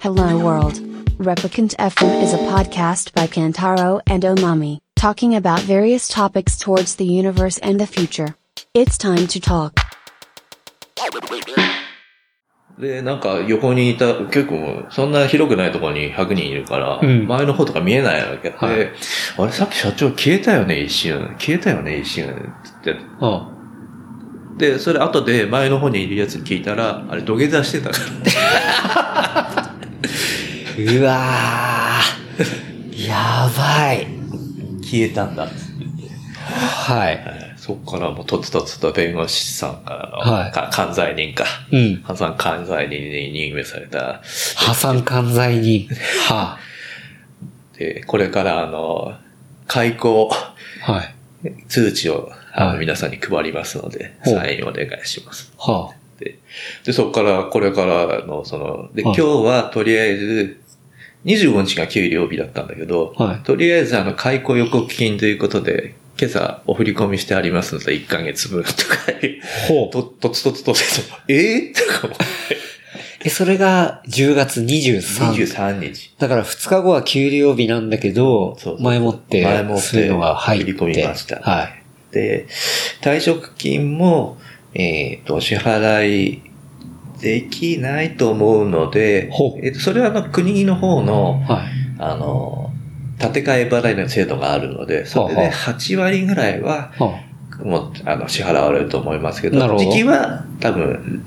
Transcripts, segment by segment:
Hello World. Replicant FM is a podcast by Kantaro and Omami, talking about various topics towards the universe and the future. It's time to talk. で、なんか横にいた、結構そんな広くないところに100人いるから、うん前の方とか見えないわけで、はいあれさっき社長消えたよね、一瞬。消えたよね、一瞬。って言っあて。で、それ後で前の方にいるやつに聞いたら、あれ土下座して たから。うわー。やばい。消えたんだ。はい。そっからもうとつとつと弁護士さんからの、はいか関西人か。うん。破産関西人に任命された。破産管罪人。はで、これからあの、開口あ。はい。通知をあはのい皆さんに配りますので、ほうサインお願いします。はで、そこから、これからの、その、で、今はい日はとりあえず、25日が給料日だったんだけど、はいとりあえずあの、解雇予告金ということで、今朝お振り込みしてありますので、1ヶ月分とかいう、あ。ほう。と、とつとつとつと、えぇ、とか思え、それが10月23って、日。 23日。だから2日後は給料日なんだけどそう、そう前もって、前もってそういうのが入って。振り込みましたはい。で、退職金も、えっ、と、お支払いできないと思うのでほう、えーとそれはあの、国の方の、はい。あの、建て替え払いの制度があるので、それはあではあ8割ぐらいは、はもう、あの、支払われると思いますけど、なるほど時期は多分、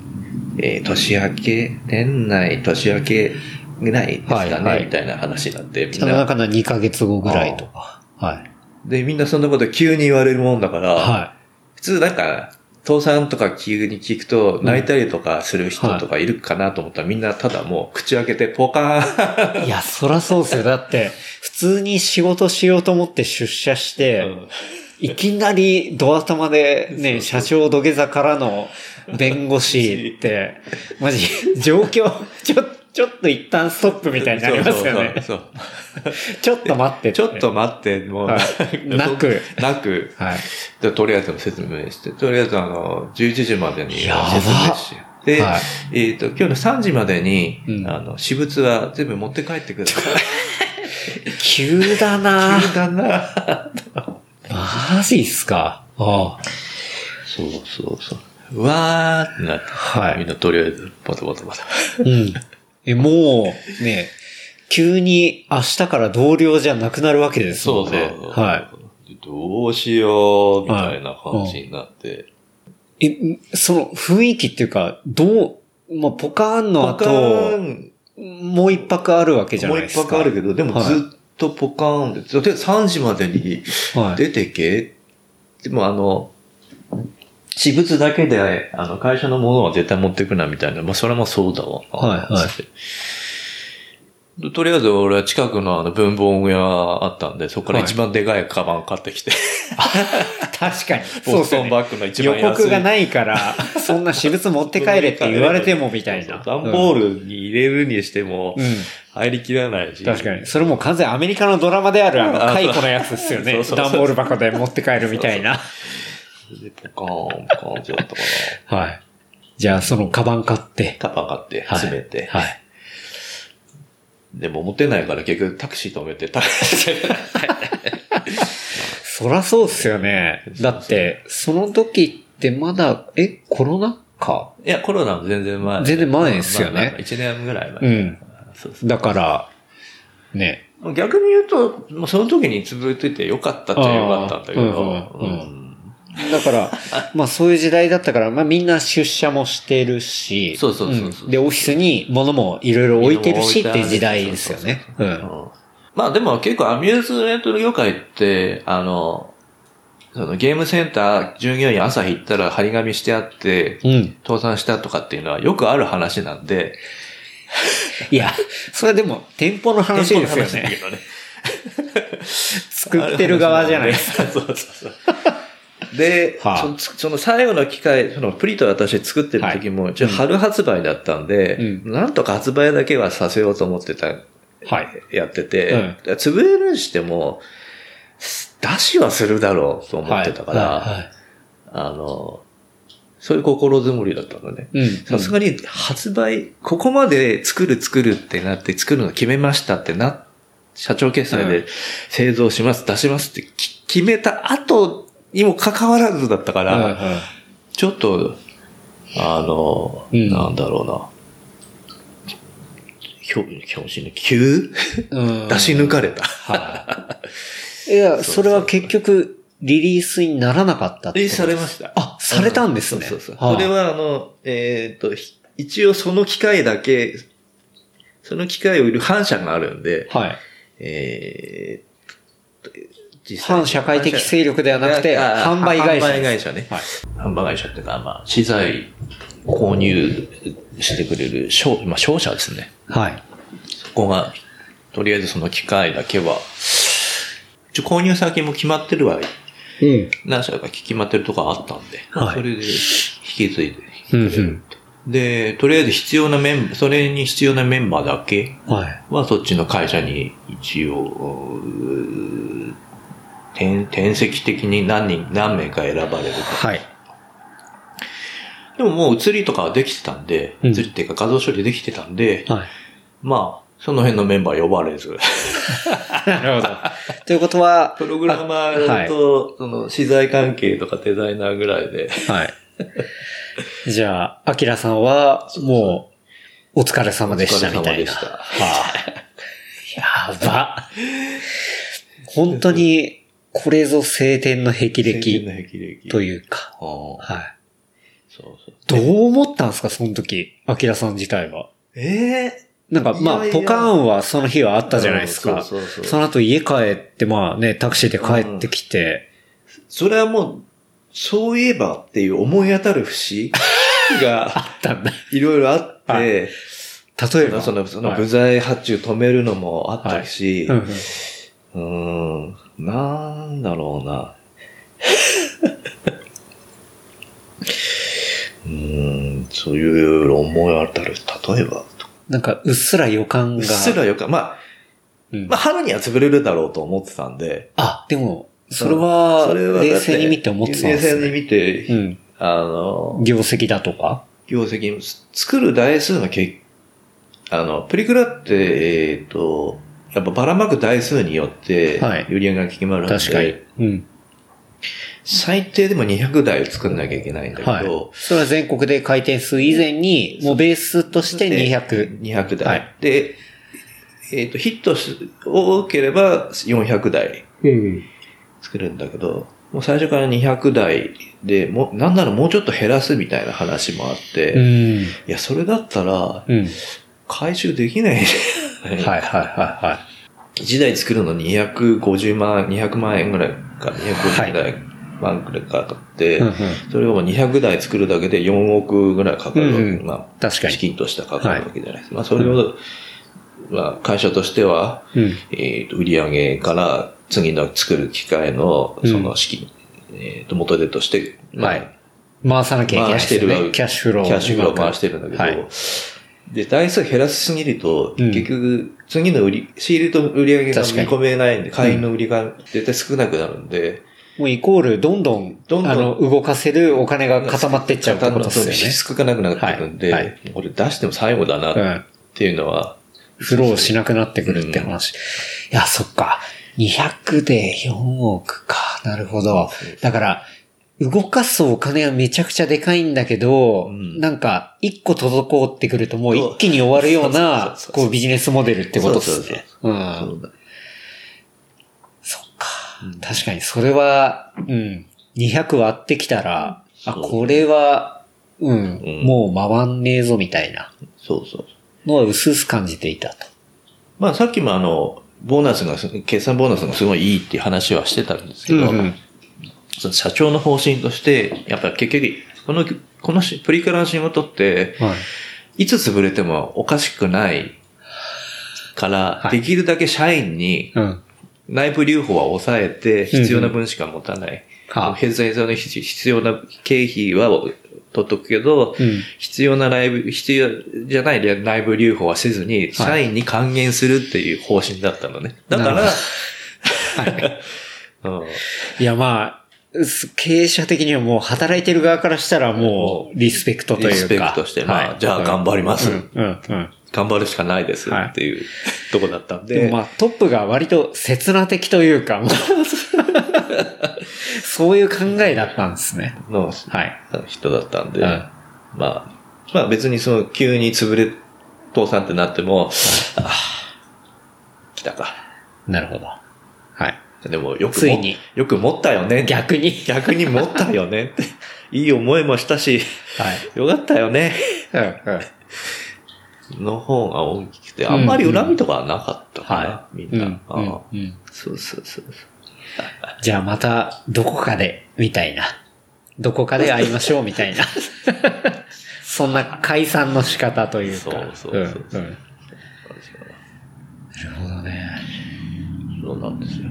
えー年明け、年内、年明けぐらいですかね、はいはいみたいな話になって、みあ。んそのな。中の2ヶ月後ぐらいとか。はい。で、みんなそんなこと急に言われるもんだから、は普通なんか、倒産とか急に聞くと、泣いたりとかする人とかいるかなと思ったら、みんなただもう口開けてポカーン。い。いや、そらそうっすよ。だって、普通に仕事しようと思って出社して、いきなりドア玉でね、社長土下座からの弁護士って、マジ、状況、ちょ、ちょっと一旦ストップみたいになりますよね。そうそうそうちょっと待っててちょっと待って、もう、 はいなく。なく、はい。でとりあえずの説明して、とりあえずあの、11時までに説やば明して。で、はいえっ、と、今日の3時までに、うんあの、私物は全部持って帰ってください。 急だな急だな。マジっすかあそうそうそう。うわーってなって、はいみんなとりあえず、バタバタバタ。あ。うん。え、もう、ね、急に明日から同僚じゃなくなるわけですそもうんそね。う。。はいどうしよう、みたいな感じになって。い。え、その雰囲気っていうか、どう、まあ、ポカーンのポカー後、ン、もう一泊あるわけじゃもないうです一か。泊あるけど、でもはいずっとポカーンで、とりあえず3時までにはい。出てけ。でもあの、私物だけで、あの、会社のものは絶対持ってくな、みたいな。まあ、それもそうだわ。はいはいい。とりあえず俺は近くのあの文房具屋あったんで、そこから一番でかいカバン買ってき て、確かに。ボストンそうっバッグのす一よ番ね安い。予告がないから、そんな私物持って帰れって言われてもみたいな。そうそう段ボールに入れるにしてもうん、入りきらないし。確かに。それもう完全にアメリカのドラマであるあの、あ そう解雇のやつですよそねう。そうそう段ボール箱で持って帰るみたいな。に。ポカーン、ポカーンってやったかはい。じゃあ、そのカバン買って。な。カバン買って、はい詰めて。はい。でも持てないから結局タクシー止めて、タクシー。そらそうっすよね。だって、その時ってまだ、え、コロナ禍いや、コロナの全然前。全然前ですよねまあまあ一年ぐらいう前。ん。そうそうだから、ね。もう逆に言うと、もうその時に潰れててよかったっちゃよかったんだけど。あーうんうんうんだ から、まあそういう時代だったから、まあみんな出社もしてるし、そうそうそうそうんで、オフィスに物もいろいろ置いてるしっていう時代ですよね。う。うんんまあでも結構アミューズメント業界って、あの、そのゲームセンター従業員朝行ったら張り紙してあって、うん。倒産したとかっていうのはよくある話なんで、いや、それでも店舗の話ですよ店舗の話だけね。どね。作ってる側じゃないですか。か。 そうそうそう。で、 はあそのつその最後の機会、そのプリと私作ってる時も、一応春発売だったんで、うなんとか発売だけはさせようと思ってた、はい。やってて、潰れるにしても、出しはするだろうと思ってたから、はいはいはいあの、そういう心づもりだったんだね。うん。さすがに発売、ここまで作る作るってなって、作るの決めましたってな、社長決済うで製造します、出しますってき決めた後にもかかわらずだったかうん。ら、はいはいちょっと、あの、うんなんだろうな。ひょ、表紙に急うん出し抜かれた。はい。いや、それは結局、リリースにならなかった ってことえ、されました。あ、されたんですね。そうそうそう。はいこれは、あの、えっ、と、ひ一応その機会だけ、その機会を売る反社があるんで、はい。えーっと実際反社会的勢力ではなくて、あ販売会社販売で会す。社ね。はい販売会社っていうか、まあ、資材購入してくれる商、まあ、商社ですね。はい。そこが、とりあえずその機械だけは、一応購入先も決まってるわ。うん。何社か決まってるとこあったんで、はいそれで引き継いで。うんうん。で、とりあえず必要なメンバー、それに必要なメンバーだけはい。はそっちの会社に一応、うー転転籍的に何人、何名か選ばれるか。はい。でももう写りとかはできてたんで、うん写りっていうか画像処理できてたんで、はい。まあ、その辺のメンバー呼ばれ ず。なるほど。 ということは、プログラマーと、その、資材関係とかデザイナーぐらいで。はい。じゃあ、アキラさんは、もう、お疲れ様でしたみたいな。お疲れ様でしたはいやば。本当に、これぞ晴天の先霹見の靂霹靂。とう。いうか。はい。そうそう。どう思ったんですか、その時、アキラさん自体は。ええなんか、まあいや、いやポカーンはその日はあったじゃないですうんか。そうそうそうその後家帰って、まあね、タクシーで帰ってきて、それはもう、そういえばっていう思い当たる節が、あったんだ。いろいろあっはて、例えそのば。その、そのはい部材発注止めるのもあったし、うんうんうーん、なんだろうな。うーん、そういう思い当たる。例えば、なんか、うっすら予感うっが。すらよか、まあ、うんまあ、春には潰れるだろうと思ってたんで。あ、でも、それは、それはだって冷静に見て思ってたんですね。冷静に見て、うん。あの、業績だとか業績、作る台数が結あの、プリクラって、えっ、と、やっぱばらまく台数によってはい、売り上げが決まるんで、確かに。うん。最低でも200台作んなきゃいけないんだけど、はい。それは全国で回転数以前に、もうベースとして200。 200台。はいで、えっ、と、ヒットし多ければ400台うん。作るんだけど、もう最初から200台で、もう、なんならもうちょっと減らすみたいな話もあって、ういん。や、それだったら、うん。回収できない。はいはいはいはい。 1台作るのに250万、200万円ぐらいか、250台万くらいかかって、うんうんそれをもう200台作るだけで4億ぐらいかかるわけ。うんうんまあ、確か資に。金としてかかるわけじゃないですか。まあ、それを、まあ、会社としては、うん。えーと、売り上げから次の作る機会の、うんその資金、えーと、元手として、まあはい回さなきゃいけな回いでしすてよるわね。キャッシュフローを。キャッシュフローをうまく回してるんだけど、はいで、台数減らしすぎると、うん結局、次の売り、仕入れと売り上げが見確かに込めないんで、会員の売りが絶対少なくなるんで、もうイコール、どんどん、どんどんあの、動かせるお金が固まってっちゃうってことですよね。少なくなってくるんで、はいはいこれ出しても最後だなうん。っていうのは、フローしなくなってくるって話。いや、そっか。200で4億か。なるほど。だから、動かすお金はめちゃくちゃでかいんだけど、うんなんか、一個滞ってくるともうそう一気に終わるような、そうそうそうそうこうビジネスモデルってことですそうそうね。うん。そっか。確かに、それは、うん。200割ってきたら、あ、そうこれは、うん、うんもう回んねえぞみたいなそうそう。のは薄々感じていたと。まあさっきもあの、ボーナスがす、決算ボーナスがすごいいいっていう話はしてたんですけど、その社長の方針として、やっぱり結局、この、このしプリクラの仕事って、はい。いつ潰れてもおかしくないから、はいできるだけ社員にうん。内部留保は抑えて、必要な分しか持たない。は返済上の必必要な経費は取っとくけど、うん必要な内部、必要じゃない内部留保はせずに、社員に還元するっていう方針だったのね。だかなる ら、うんいや、まあ、す経営者的にはもう働いてる側からしたらもうリスペクトというか。リスペクトしてまあじゃあ頑張りますうん、うん、うん。頑張るしかないですっていうとこだったんでで、もまあトップが割と刹那的というか、もう そういう考えだったんですね。のはい。人だったんで、うんまあ、まあ別にその急に潰れ、倒産ってなっても、ああ、来たか。なるほど。はい。でもよくもついによく持ったよね。逆に。逆に持ったよ ねって。いい思いもしたし、はい。よかったよね。うん、うん。の方が大きくて、あんまり恨みとかはなかったかな、うんうんみんな。うんうんああうんそうそうそうそう。じゃあまた、どこかで、みたいな。どこかで会いましょう、みた いな。そんな解散の仕方というか。そうそうそうそんんなんですよなるほどね。そうなんですよ。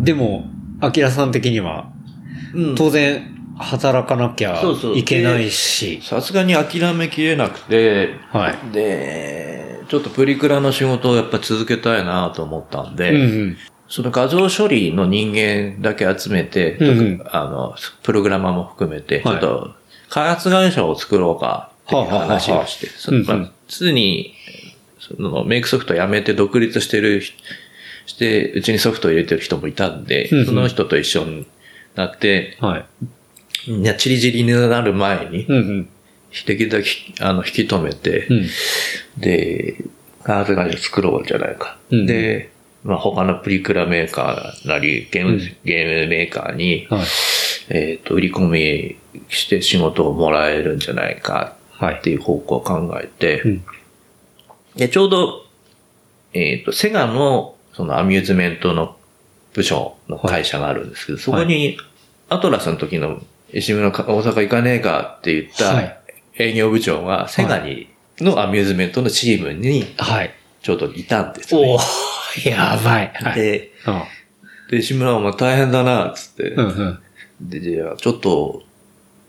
でも、アキラさん的には、うん当然、働かなきゃそうそういけないし。さすがに諦めきれなくて、はい。で、ちょっとプリクラの仕事をやっぱ続けたいなと思ったんで、うんうん。その画像処理の人間だけ集めて、うんうんあの、プログラマーも含めて、ちょはいっと開発会社を作ろうかっていう話をして、そはあはまああうんうん常にそのメイクソフトをやめて独立してる人、して、うちにソフトを入れてる人もいたんで、うんうんその人と一緒になって、はい。みんなチリチリになる前に、うんうん。できるだけあの引き止めて、うん。で、開発会社作ろうじゃないか。うんで、まあ、他のプリクラメーカーなり、ゲーム、うんゲームメーカーに、はい。えっ、と、売り込みして仕事をもらえるんじゃないかはっていう方向を考えて、うんで、ちょうど、えっ、と、セガの、そのアミューズメントの部署の会社があるんですけど、そこに、アトラスの時の、石村か大阪行かねえかって言っはたい営業部長が、セガに、のアミューズメントのチームにはい。ちょうどいたんですよ、おね。ー、やばい。はい。で、うんで、志村お前大変だな、つって。うんうん。で、じゃあ、ちょっと、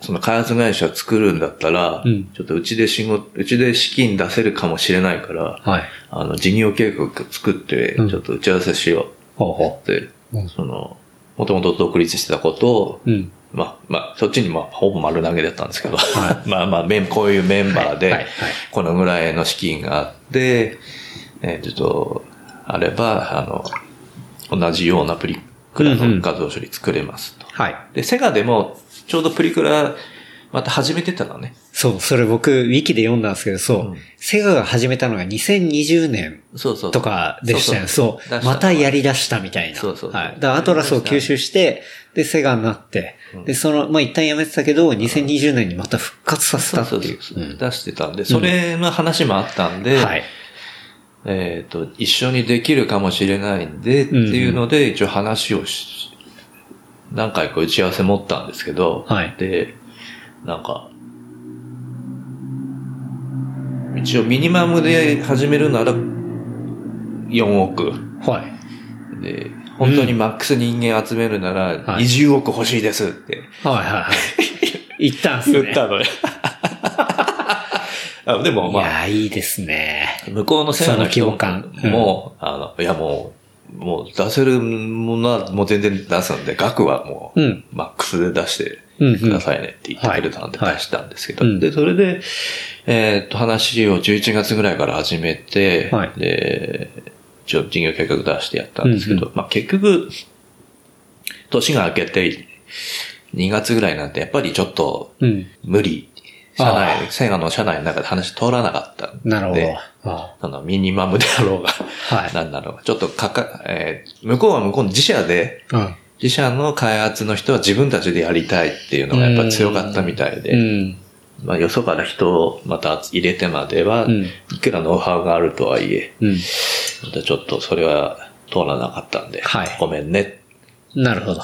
その開発会社作るんだったら、うんちょっとうちで仕事、うちで資金出せるかもしれないから、はい。あの、事業計画作って、ちうんょっと打ち合わせしよほううほって、うんその、もともと独立してたことを、う。うん。まあ、まあ、そっちにまあ、ほぼ丸投げだったんですけど、はまあまあ、メンこういうメンバーはいはいで、このぐらいの資金があって、えーちょっと、あれば、あの、同じようなプリクラうんうのん画像処理作れますと。はい。で、セガでも、ちょうどプリクラ、また始めてたのね。そう、それ僕、ウィキで読んだんですけど、そう、うんセガが始めたのが2020年そうそう。とかでしたよね。そう出したまたやり出したみたいな。そうそうそうはい。だからアトラスを吸収して、で、セガになって、で、その、まあ、一旦やめてたけど、2020年にまた復活させそたうってそういう。そう出してたんで、それの話もあったんで、うんはい。えっ、と、一緒にできるかもしれないんで、っていうので、一応話をし、何回か打ち合わせ持ったんですけど、はいで、なんか、一応ミニマムで始めるなら、4億。はい。で、本当にマックス人間集めるなら、はい20億欲しいですってはいは いはい。行ったんすね。言ったのよ。あでもいまあ、や、いいですね。向こうの世話の人その規模感うんもう、あの、いやもう、もう出せるものはもう全然出すんで、額はもう、うんマックスで出してうんうんくださいねって言ってくれたんではい出したんですけど、うんで、それで、えーっと、話を11月ぐらいから始めて、はいで、一応事業計画出してやったんですけど、まあ結局、年が明けて、2月ぐらいなんてやっぱりちょっとうん。無理、社あ内、セガの社内の中で話通らなかったんで。なるほど。あそのミニマムであろうが、はいなんだろうが、ちょっとかか、えー向こうは向こうの自社で、あ自社の開発の人は自分たちでやりたいっていうのがやっぱ強かったみたいうん。うで、ん。まあよそから人をまた入れてまでは、うんいくらノウハウがあるとはいえ、うん。またちょっとそれは通らなかったんで、はいごめんね。なるほど。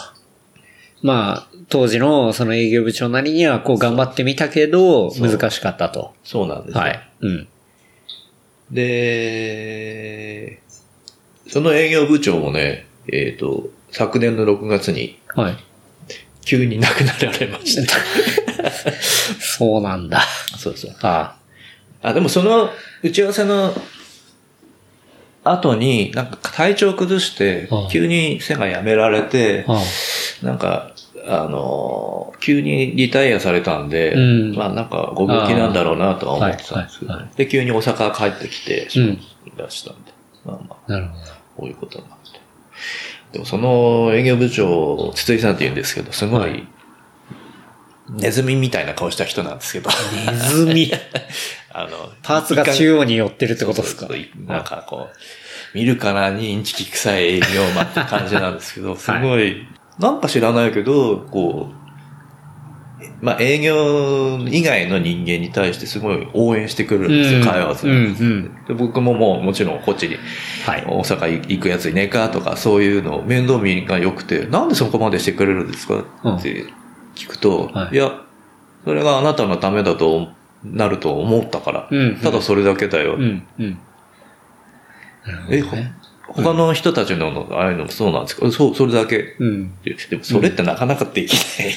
まあ、当時のその営業部長なりにはこう頑張ってみたけど、う難しかったと。そうなんですよはい。うん。で、その営業部長もね、えっ、と、昨年の6月にはい。急に亡くなられました。そうなんだ。そうそう。ああ、でもその打ち合わせの後に、なんか体調崩してああ、急に背がやめられてあ。、あなんか、あの、急にリタイアされたんで、うんまあなんかご病気なんだろうなとは思ってたんですけど、はいはいで、急に大阪帰ってきて、うんいらしたんで、まあまあ、なるほど。こういうことになって。でもその営業部長、筒井さんって言うんですけど、すご、はいネズミみたいな顔した人なんですけど、ネズミ。あの、パーツが中央に寄ってるってことですそかうそうそうなんかこう、見るからにインチキ臭い営業マンって感じなんですけど、すごい、なんか知らないけど、こう、まあ営業以外の人間に対してすごい応援してくるんですよ、会話をすうん、うる。ん。で僕ももうもちろんこっちにはい。大阪行くやついねえかとかそういうの面倒見が良くて、なんでそこまでしてくれるんですかって聞くと、はいいや、それがあなたのためだとなると思ったから、うんうんただそれだけだよってうん、うん。なるほどえ、ほね他の人たちのの、ああいうのもそうなんですかそう、それだけ。うん。でも、それってなかなかできない。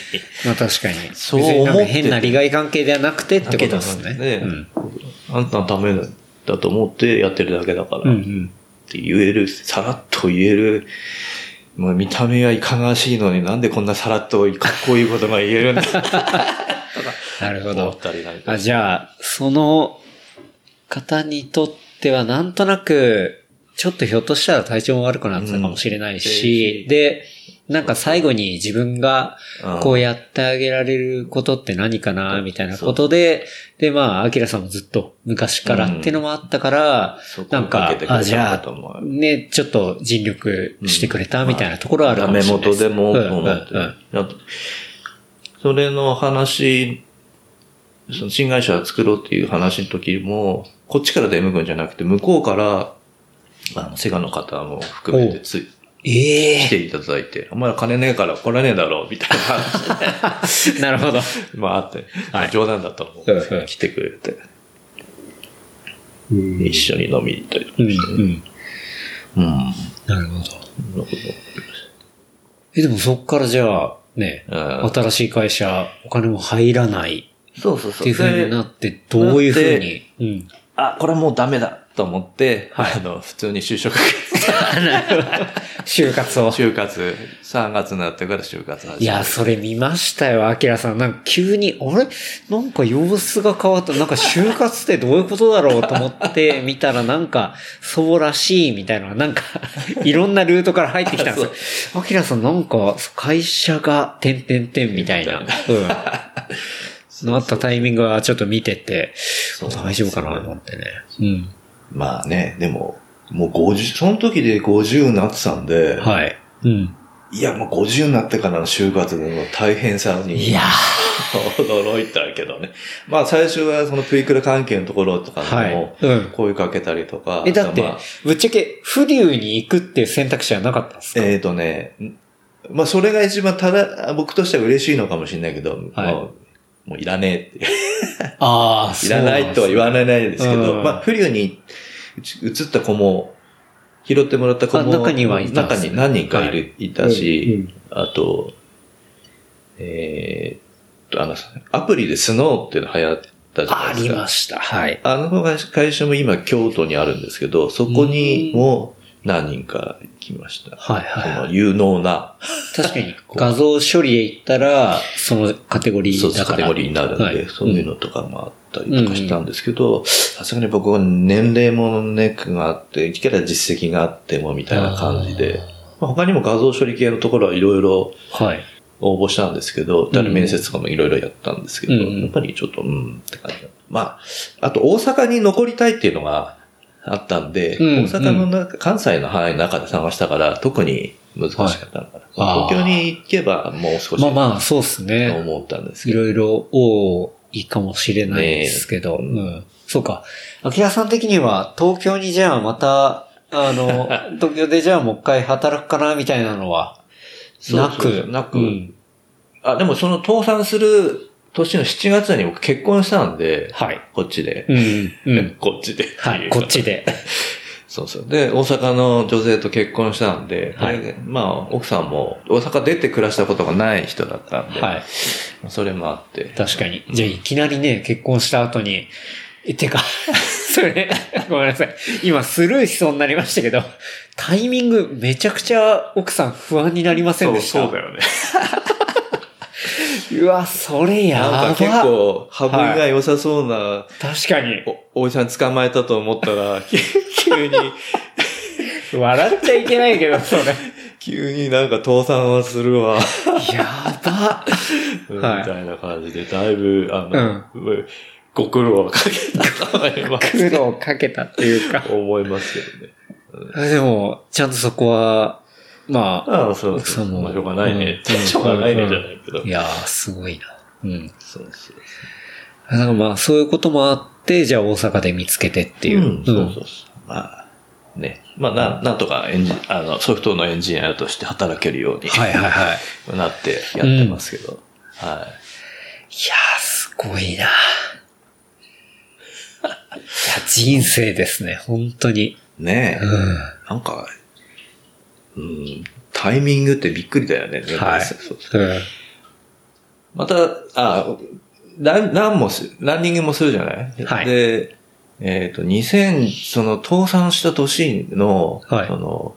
まあ確かに。そう別になん思かって変な利害関係ではなくてってことですね。ねうん。あんたのためだと思ってやってるだけだから。うんうっん。て言える、さらっと言える。もう見た目はいかがわしいのになんでこんなさらっとかっこいいことが言えるんだ なるほ思どっ。たりなんか。あ、じゃあ、その方にとってはなんとなく、ちょっとひょっとしたら体調も悪くなってたかもしれないし、うんで、なんか最後に自分がうんこうやってあげられることって何かな、みたいなことで、で、まあ、アキラさんもずっと昔からってのもあったから、そこなんかをけて、くれあ、じたゃなと思あ、うね、ちょっと尽力してくれたみたいなところはあるダかもメしれない元すでも、うん思ってうんうんだってそれの話、その新会社作ろうっていう話の時も、こっちから出向くんじゃなくて、向こうから、あの、セガの方も含めてつえ来ていただいて、お前ら金ねえから来らねえだろ、みたいな話えなるほど。まああって、はい冗談だと思う、うんうん来てくれて、うん一緒に飲みに行ったりとかうん、うして、ん。うん。なるほなど。るほどえ、でもそっからじゃあ、ね、うん新しい会社、お金も入らないそうそうっそう。ていう風になって、どういう風に。うん。あ、これはもうダメだと思って、あの、普通に就職、 就活を。 就活、3月になってから就活始めるいや、それ見ましたよ、アキラさん。なんか急に、あれなんか様子が変わった。なんか就活ってどういうことだろうと思って見たら、なんか、そうらしいみたいな、なんか、いろんなルートから入ってきたん ですよ。アキラさん、なんか、会社が、てんてんてんみた いな。うん。のあったタイミングはちょっと見てて、う大丈夫かなと思ってね。うん。まあね、でも、もう50、その時で50になってたんで、はい。うん。い、や、もう50になってからの就活の大変さに、いや驚いたけどね。まあ最初はそのプリクラ関係のところとかはにもい。、うん。声かけたりとか、え、だってまあ、ぶっちゃけ、不流に行くっていう選択肢はなかったんですかえっ、とね、んまあそれが一番ただ、僕としては嬉しいのかもしれないけど、もうもういらねえってああ、そいうらなんなですいとは言わないですけど、うんまあ、不慮にうち移った子も、拾ってもらった子も、あ中にはいたんで中すねに何人かいる、、はいたし、あと、えーっと、あの、アプリでスノーっていうの流行ったじゃなあいですりか。ました。はい。あの会社も今京都にあるんですけど、そこにも何人か来ました。はいはいその有能な、確かに、画像処理へ行ったら、そのカテゴリそうーだカかテら。ゴリーになるんで、はいそういうのとかもあったりとかしたんですけど、さすがに僕は年齢もネックがあって、一から実績があってもみたいな感じで、まあ、他にも画像処理系のところはいろいろはい。応募したんですけど、誰面接とかもいろいろやったんですけど、うんうんやっぱりちょっと、うんって感じだまあ、あと大阪に残りたいっていうのがあったんで、うん大阪の中、関西の範囲の中で探したから、特に難しかったのかな。はいあー東京に行けばもう少しまあとまあ、そうですね。思ったんですけいど、ろいろ多いかもしれないですけど。ねえうん。そうか。アキラさん的には、東京にじゃあまた、あ の、東京でじゃあもう一回働くかな、みたいなのは、そうなそうくそ。うなくうんあ、でもその倒産する年の7月に僕結婚したんで、はい。こっちで。うん。うん。こっちでっていう。はい。こっちで。そうそう。で、大阪の女性と結婚したんで、はいでまあ、奥さんも大阪出て暮らしたことがない人だったんで、はい。それもあって。確かに。じゃあ、いきなりね、結婚した後に、え、てか、 それ、ごめんなさい。今、スルーしそうになりましたけど、タイミングめちゃくちゃ奥さん不安になりませんでした。よね。うわ、それ やばなんか結構、羽振りが良さそうな、確かに。お、おじさん捕まえたと思った ら、き急に、笑っちゃいけないけど、それ。急になんか倒産はするわ、やば。みはいたいな感じで、だいぶ、あうの、ご苦労はかけたと思い ます苦労かけたっていうか。思いますけどね。でも、ちゃんとそこは、まあ、ああ、そうそ。そううまあしょうがないね。うんしょうがないねじゃないけど。いやー、すごいな。うん。そうそう。なんかまあ、そういうこともあって、じゃあ大阪で見つけてっていうう。ん、そうそうそう。まあ、ね。まあ、なん、なんとかエンジン、あの、ソフトのエンジニアとして働けるように、はいはいはい。いやなってやってますけど。はー、すごいな。いや、人生ですね、本当に。い。ねえ、うん。なんか、うん、タイミングってびっくりだよね。はいそううん。また、あ、ラン、ランもす、ランニングもするじゃないはいで、えっ、と、2000、その、倒産した年の、はいその、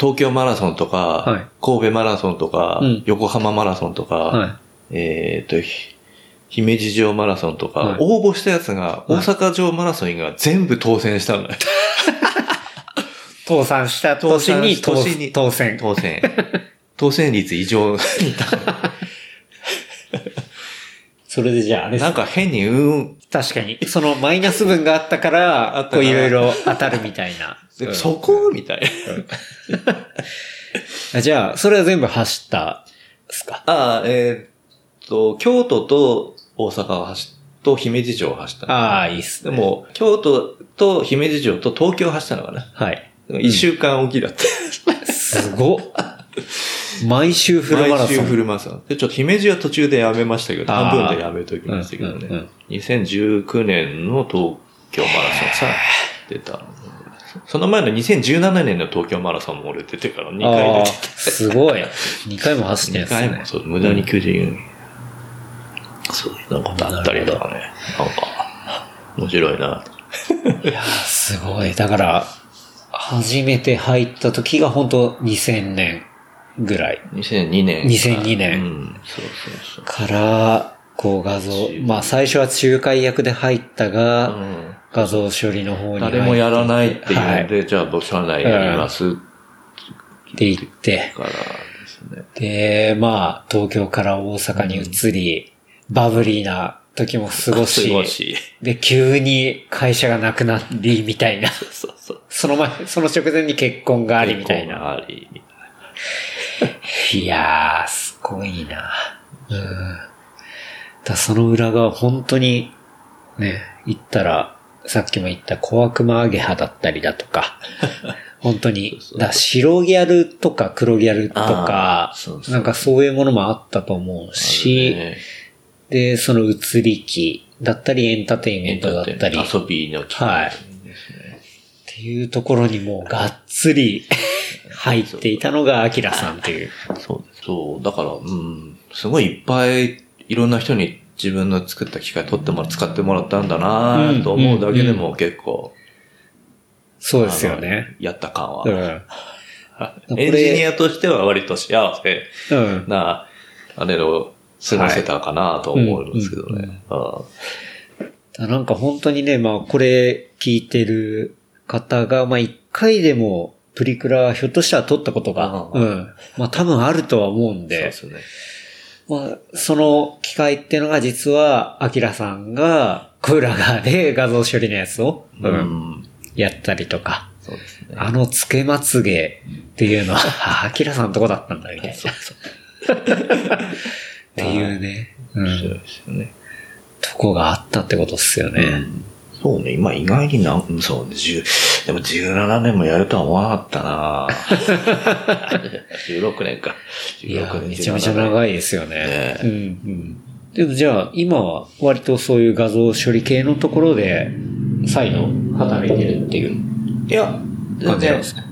東京マラソンとか、はい神戸マラソンとか、うん横浜マラソンとか、はえっ、と、ひ姫路城マラソンとか、はい応募したやつが、大阪城マラソン以外は全部当選したんだよ。い。倒産した 年に倒当産選。した当選。当 選。当選率異常。それでじゃあ、あれなんか変に運、確かに。そのマイナス分が あったかあっらた、かこらういろいろ当たるみたい な。うんそこみたいな。あじゃあ、それは全部走った、ですか。ああ、えーっと、京都と大阪を走っと姫路城を走った。ああ、いいっすでね。も、京都と姫路城と東京を走ったのかな。はい。一週間おきだった。すごっ。毎週フルマラ毎ソ週フン。ルマラソン。で、ちょっと姫路は途中でやめましたけど、あー半分でやめときましたけどね。うんうんうん2019年の東京マラソンさ、出た。その前の2017年の東京マラソンも俺出てから2あ回あ出てすごい。2回も走ってん2すね。回もそう、無駄に求人、そういうのことあったりとかね。なんか、面白いな。すごい。だから、初めて入った時が本当2000年ぐらい2002年。 2002年うん、そうそうから、こう画像、まあ最初は仲介役で入ったそう。が、うん画像処理の方に入って誰もやらないっていうはのいで、じゃあ僕社内やりますって言って、からですね。で、まあ、東京から大阪に移り、バブリーな時も過ごし、過ごし。で、急に会社がなくなり、みたいな。 そうそう。その前、その直前に結婚があり、みたいな。あり。いやー、すごいな。うん。だその裏側、本当に、ね、行ったら、さっきも言った小悪魔アゲハだったりだと か、本当に、だ白ギャルとか黒ギャルとあかーそう、そうなんかそういうものもあったと思うし、ねで、その移り機だったり、エンターテインメントだったり、っ遊びの機はいていうところにもうがっつり 入っていたのがアキラさんっていう。そうです。そう。だから、うん、すごいいっぱいいろんな人に自分の作った機械取ってもら使ってもらったんだなうんぁと思うだけでも結構、そうそですよね。。やった感はう。ん。これエンジニアとしては割と幸せうん。な、あれを過ごせたかなと思うんですけどね。うんなんか本当にね、まあこれ聞いてる方が、まあ一回でもプリクラひょっとしたら撮ったことが、ううんん。まあ多分あるとは思うんそうでで、すね。まあその機会っていうのが実はアキラさんが、クーラーで画像処理のやつを、ううん、ん。やったりとか、そうですね。あのつけまつげっていうのは、 あアキラさんのとこだったんだみたいな。そうっていうね、う面白いん、ですよね。とこがあったってことっすようね。んそうね、今意外にな、うんそうね、10でも17年もやるとは思わなかった な16年か。いや16、年めちゃめちゃ長いですよねね。うんうん。でもじゃあ、今は割とそういう画像処理系のところで、再度働いてるっていういや、全感じなん然で、すね。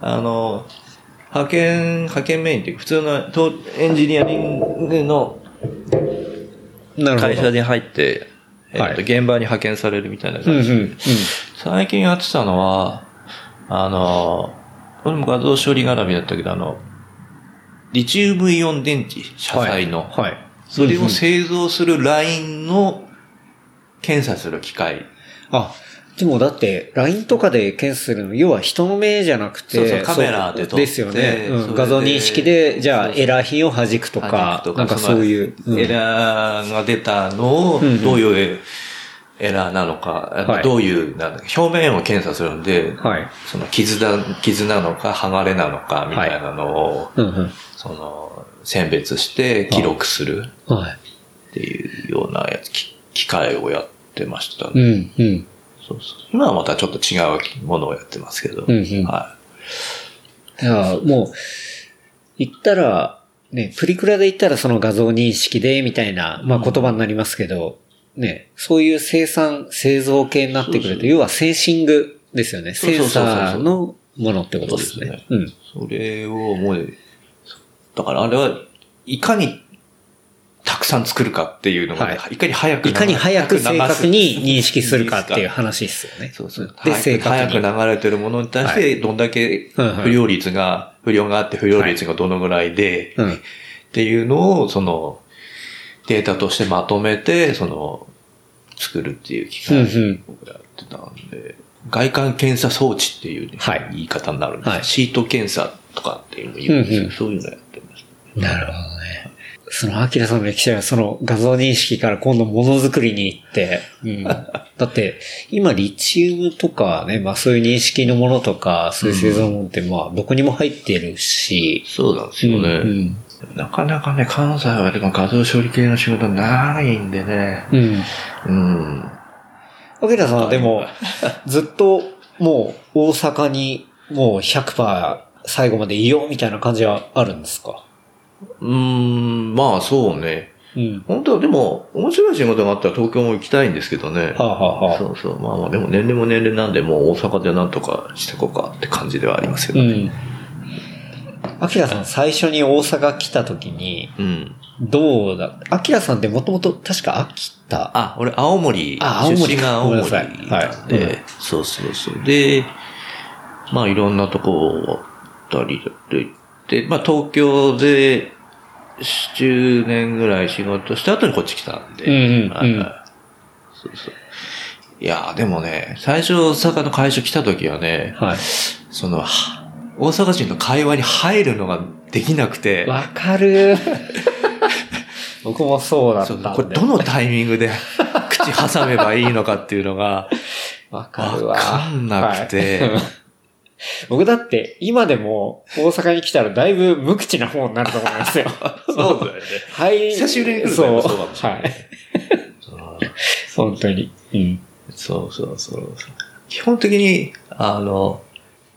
あの、派遣、派遣メインっていう普通のとエンジニアリングのなるほど。会社に入って、えっとはい現場に派遣されるみたいなうんう感んじ、うん。最近やってたのは、あの、俺も画像処理絡みだったけど、あの、リチウムイオン電池、車載の。はい。はいそれを製造するラインの検査する機械。あ、でもだって、LINE とかで検査するの、要は人の目じゃなくて、そうそうカメラで撮ってですよね、うんそれで画像認識で、じゃあそうそうエラー品を弾くとか、なんかそういう。のエラーが出たのを、どういうエラーなのか、はいどういう、なんだ表面を検査するんで、うんはい。その傷だ、傷なのか、剥がれなのか、みたいなのを、うんうん。その、選別して記録するはい。っていうようなやつ、き機械をやってましたうね。んうん。そうそう今はまたちょっと違うものをやってますけど、うんうんはいや、もう、言ったら、ね、プリクラで言ったらその画像認識で、みたいな、まあ言葉になりますけど、ね、そういう生産、製造系になってくそうるそと、要はセンシングですよね。そうセンそうそうそうサーのものってことですそうでね。すうん。い。それをもう、だからあれはいかにたくさん作るかっていうのがね、、はいかに早くいかに早く正確に認識するかっていう話。話ですよね。そうそう。で、早く正確に。早く流れてるものに対しはて、どんだけうんうん不良率が、不良があって不良率がどのぐらいで、うん。っていうのを、その、データとしてまとめて、その、作るっていう機うんう械ん。僕らやってたんで、外観検査装置っていうね、はい言い方になるんです、はいシート検査とかっていうのも言うんですよ、うんうんそういうのやってました。なるほどね。その、アキラさんの歴史は、その画像認識から今度ものづくりに行って、 うん。だって、今、リチウムとかね、まあそういう認識のものとか、そういう製造ものって、まあ、どこにも入ってるし、そうなんですよね。うん。なかなかね、関西はでも画像処理系の仕事ないんでね。うん。うん。アキラさんはでも、ずっと、もう、大阪に、もう100%最後までいようみたいな感じはあるんですかうん、まあそうね。うん。本当はでも、面白い仕事があったら東京も行きたいんですけどね。はあ、はあはあ、そうそう。まあまあ、でも年齢も年齢なんで、もう大阪でなんとかしてこうかって感じではありますけうどね。ん。アキラさん最初に大阪来た時に、うん。どうだアキラさんってもともと確か秋田。あ、俺、青森。あ青森出身が青森ごめんなさいなんはいうんで、そうそうそう。で、まあ、いろんなとこあったりで行って、まあ、東京で、10年ぐらい仕事した後にこっち来たんで。うんうんはいはいそうそう。いやーでもね、最初大阪の会社来た時はね、はい。その、は大阪人の会話に入るのができなくて、わ かる。僕もそうだったそうんで。これどのタイミング で口挟めばいいのかっていうのが、わかるわ。わかんなくて、 はい僕だって今でも大阪に来たらだいぶ無口な方になると思いますよ。 そうだよね。はい。久しぶりに来るとそやう。っぱそうかもしれなはい。本当に。うん。そうそうそうそう。基本的に、あの、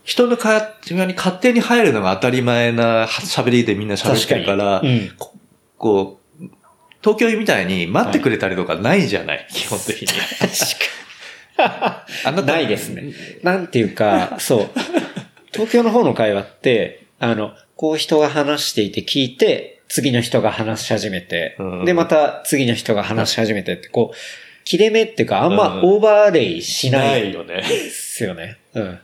人の会話に勝手に入るのが当たり前な喋りでみんな喋ってるから、うん。こう、東京みたいに待ってくれたりとかないじゃない、基本的に。確か あなたないですね。なんてい うか、そう。東京の方の会話って、あの、こう人が話していて聞いて、次の人が話し始めて、うんで、また次の人が話し始めてって、こう、切れ目っていうか、あんうまんオーバーレイしないよね。ですよね。うん。だか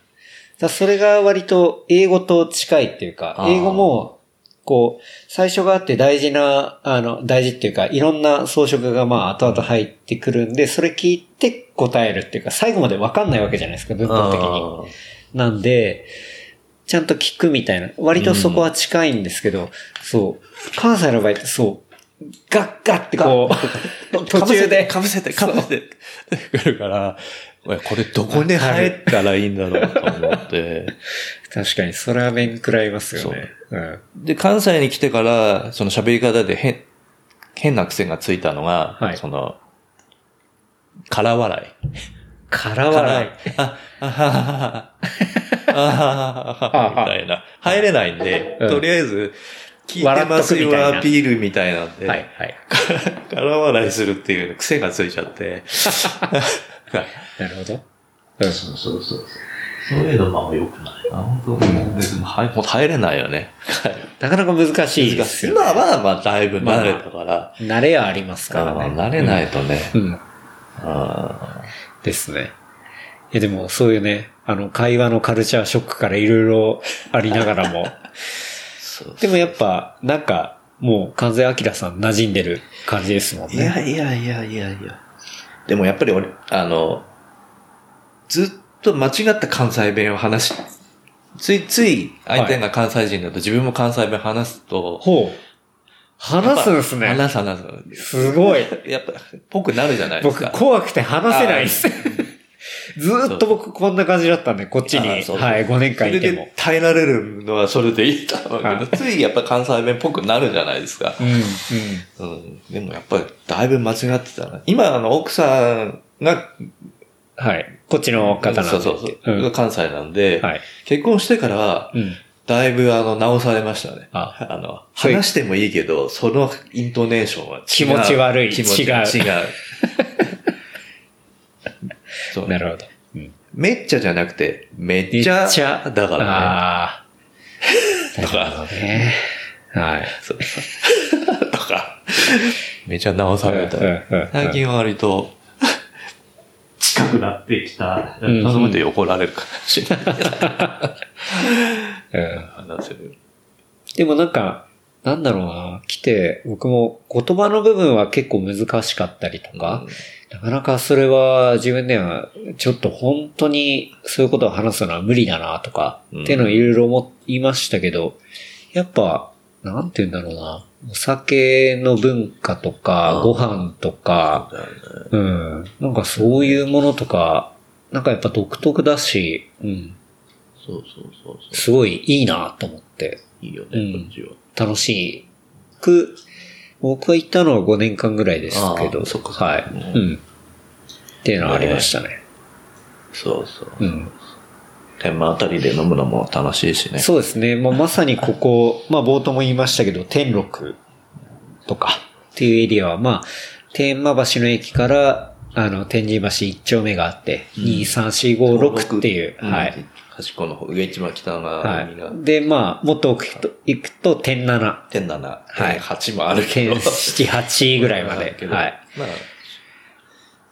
らそれが割と英語と近いっていうか、あー英語も、こう、最初があって大事な、あの、大事っていうか、いろんな装飾がまあ後々入ってくるんで、それ聞いて答えるっていうか、最後までわかんないわけじゃないですか、文法的に。あーなんで、ちゃんと聞くみたいな。割とそこは近いんですけど、そう。関西の場合ってそう、ガッガッってこう、 途中で。かぶせて、かぶせて、くるから、おいこれどこに入ったらいいんだろうと思って。確かに、それは面食らいますよね。うん。で、関西に来てから、その喋り方で変、変な癖がついたのが、はいその、空笑い。から笑い。あ、あははは。あははは。みたいな。入れないんで、うんとりあえず、聞いてますよ笑っとくみたいなアピールみたいなんで、はい、はい。 空笑いするっていう癖がついちゃ って。 なるほど。うん。そうそうそう。そういうのまあ良くないな。本当もう別に入もう入れないよ ね。なかなか難しいですよ、ね。今はまあだいぶ慣れたから、慣れはありますからね。慣れないとね。うん。うん。あですね。いや、でも、そういうね、あの、会話のカルチャーショックからいろいろありながらも、そうでもやっぱ、なんか、もう完全明さん馴染んでる感じですもんいやね。いやいやいやいや。でもやっぱり俺、あの、ずっと間違った関西弁を話し、ついつい相手が関西人だと自分も関西弁話すと、ほう。話すんですやっぱね。話す話す。すごい。やっぱ、ぽくなるじゃないです僕か。怖くて話せないです。 ずーっと僕こんな感じだったんで、こっちに、あはい、ーそう5年間いてそれもで。耐えられるのはそれでいいと思うけはいど、ついやっぱ関西弁っぽくなるじゃないですかう。ん、うん。うん。でもやっぱりだいぶ間違ってたな。今、あの、奥さんが、はい。こっちの方なんで。そうそうそう、うん関西なんで、はい。結婚してからは、うん。だいぶあの、直されましたね。あの、そういう話してもいいけど、そのイントネーションは違う。気持ち悪い気持ちが違違う。そうなるほど。うんめっちゃじゃなくて、めめっっちちゃ。ゃ、だからね。ああ。だからね。はい。そうとか、めっちゃ直された。最近は割と、近くなってきた。うんそので怒られるかもしれない。うん話せる。でもなんか、なんだろうな、来て、僕も言葉の部分は結構難しかったりとか、なかなかそれは自分では、ちょっと本当にそういうことを話すのは無理だなとか、うんっていうのをいろいろ思いましたけど、やっぱ、なんて言うんだろうな、お酒の文化とか、うんご飯とか、だよねうん、なんかそういうものとか、なんかやっぱ独特だし、うん、そうそうそうそすごいいいなと思って。う。いいよね、うんこっちは。楽しく、僕が行ったのは5年間ぐらいですけあど、あそっかそっかはい。ううんん。っていうのはありましたね。そうそう。うん。天満あたりで飲むのも楽しいしね。そうです ね。もうまさにここ、まあ冒頭も言いましたけど、天禄とかっていうエリアは、まあ、天満橋の駅から、あの、天神橋1丁目があって、うん2、3、4、5、6っていう、んはい。。端っこの方、上一番北は側が、い。で、まあ、もっと奥行くと、行くと天7、天7、はい8もあるけ天 ど。、7、8ぐらいまでけどはい。。まあ、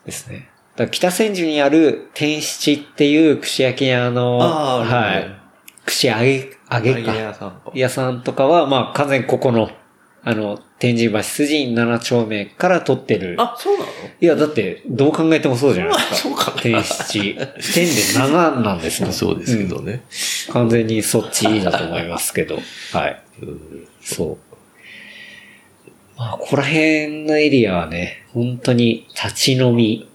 ですね。だから北千住にある天七っていう串焼き屋の、あーはあるいね。串揚げ、揚揚げげか。屋さんとか。屋さんとかは、まあ、完全にここの、あの、天神橋筋7丁目から取ってる。あ、そうなのいや、だって、どう考えてもそうじゃないですか。そうか。天七。天で7なんですも ん。そうですけどね。うん完全にそっちだと思いますけど。はい。うんそう。まあ、ここら辺のエリアはね、本当に立ち飲み、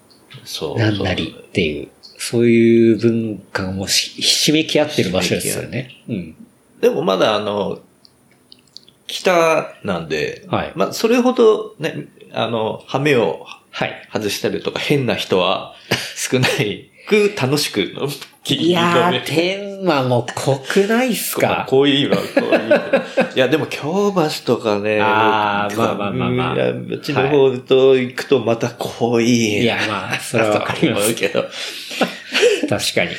そう。なんなりっていう、そういう文化がもうしひしめき合ってる場所ですよね。うん。でもまだあの、北なんで、はいまあ、それほどね、あの、羽目をはい。外したりとか変な人は少ないく楽しく飲むいやー、飲天満も濃くないっすめまあか。こういうわ、こういうわ。 いや、でも京橋とかね。あーまあまあまあまあいや、うちの方と行くとまた濃い。いや、まあ、そなれはと わかかりま思うす。けど。確かに。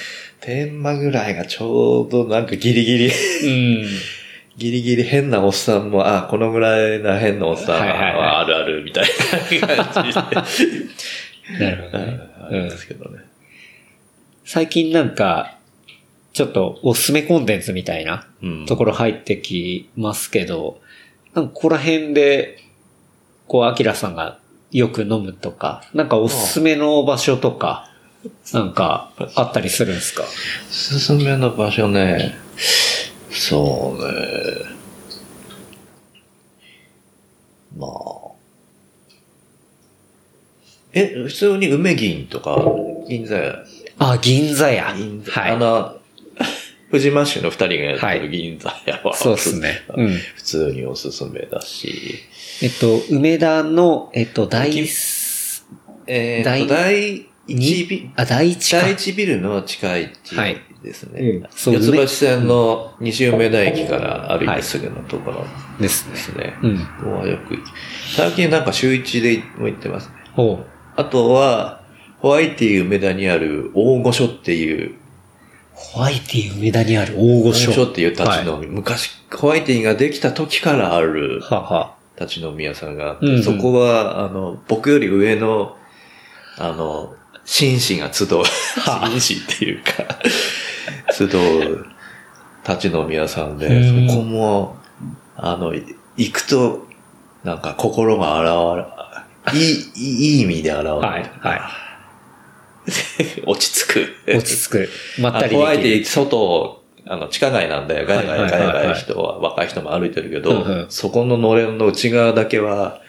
天満ぐらいがちょうどなんかギリギリ、うん。ギリギリ変なおっさんも、あ、このぐらいな変なおっさんはいはいはいはあるあるみたいな感じで。なるほどね。あるんですけどね。最近なんか、ちょっとおすすめコンテンツみたいなうんところ入ってきますけど、なんかここら辺で、こう、アキラさんがよく飲むとか、なんかおすすめの場所とか、なんかあったりするんですかおすすめの場所ね。そうね。まあ。え、普通に梅銀とか、銀座や、あ、銀座や。銀座、はあい。の、藤マッシュの二人がやってはるい銀座やは、そうですね。うん。普通におすすめだし。えっと、梅田の、えっと、第銀す、えー、第と、第に一ビ、あ、第一か。第一ビルの近い地はい域ですね。うんそう四つ橋線の西梅田駅から歩いてすぐのところですでね。すね。うん。ここはよく行き最近なんか週一でも行ってますね。ほう。あとは、ホワイティ梅田にある大御所っていう、ホワイティ梅田にある大御大所。御所っていう立ち飲み、昔、ホワイティができた時からあるはは。立ち飲み屋さんがあって、うんうんそこは、あの、僕より上の、あの、紳士が集 う、紳士っていうか、集う立ち飲み屋さんで、うんそこも、あの、い行くと、なんか心が洗われ、いい、いいい意味で洗わはれい、る。は 落ち着く。い。落ち着く。まったりできる。怖いで、外、あの、地下街なんだよ。ガヤガヤはいガはヤいはいガはいヤ人は、若い人も歩いてるけうんうんど、そこののれんの内側だけは、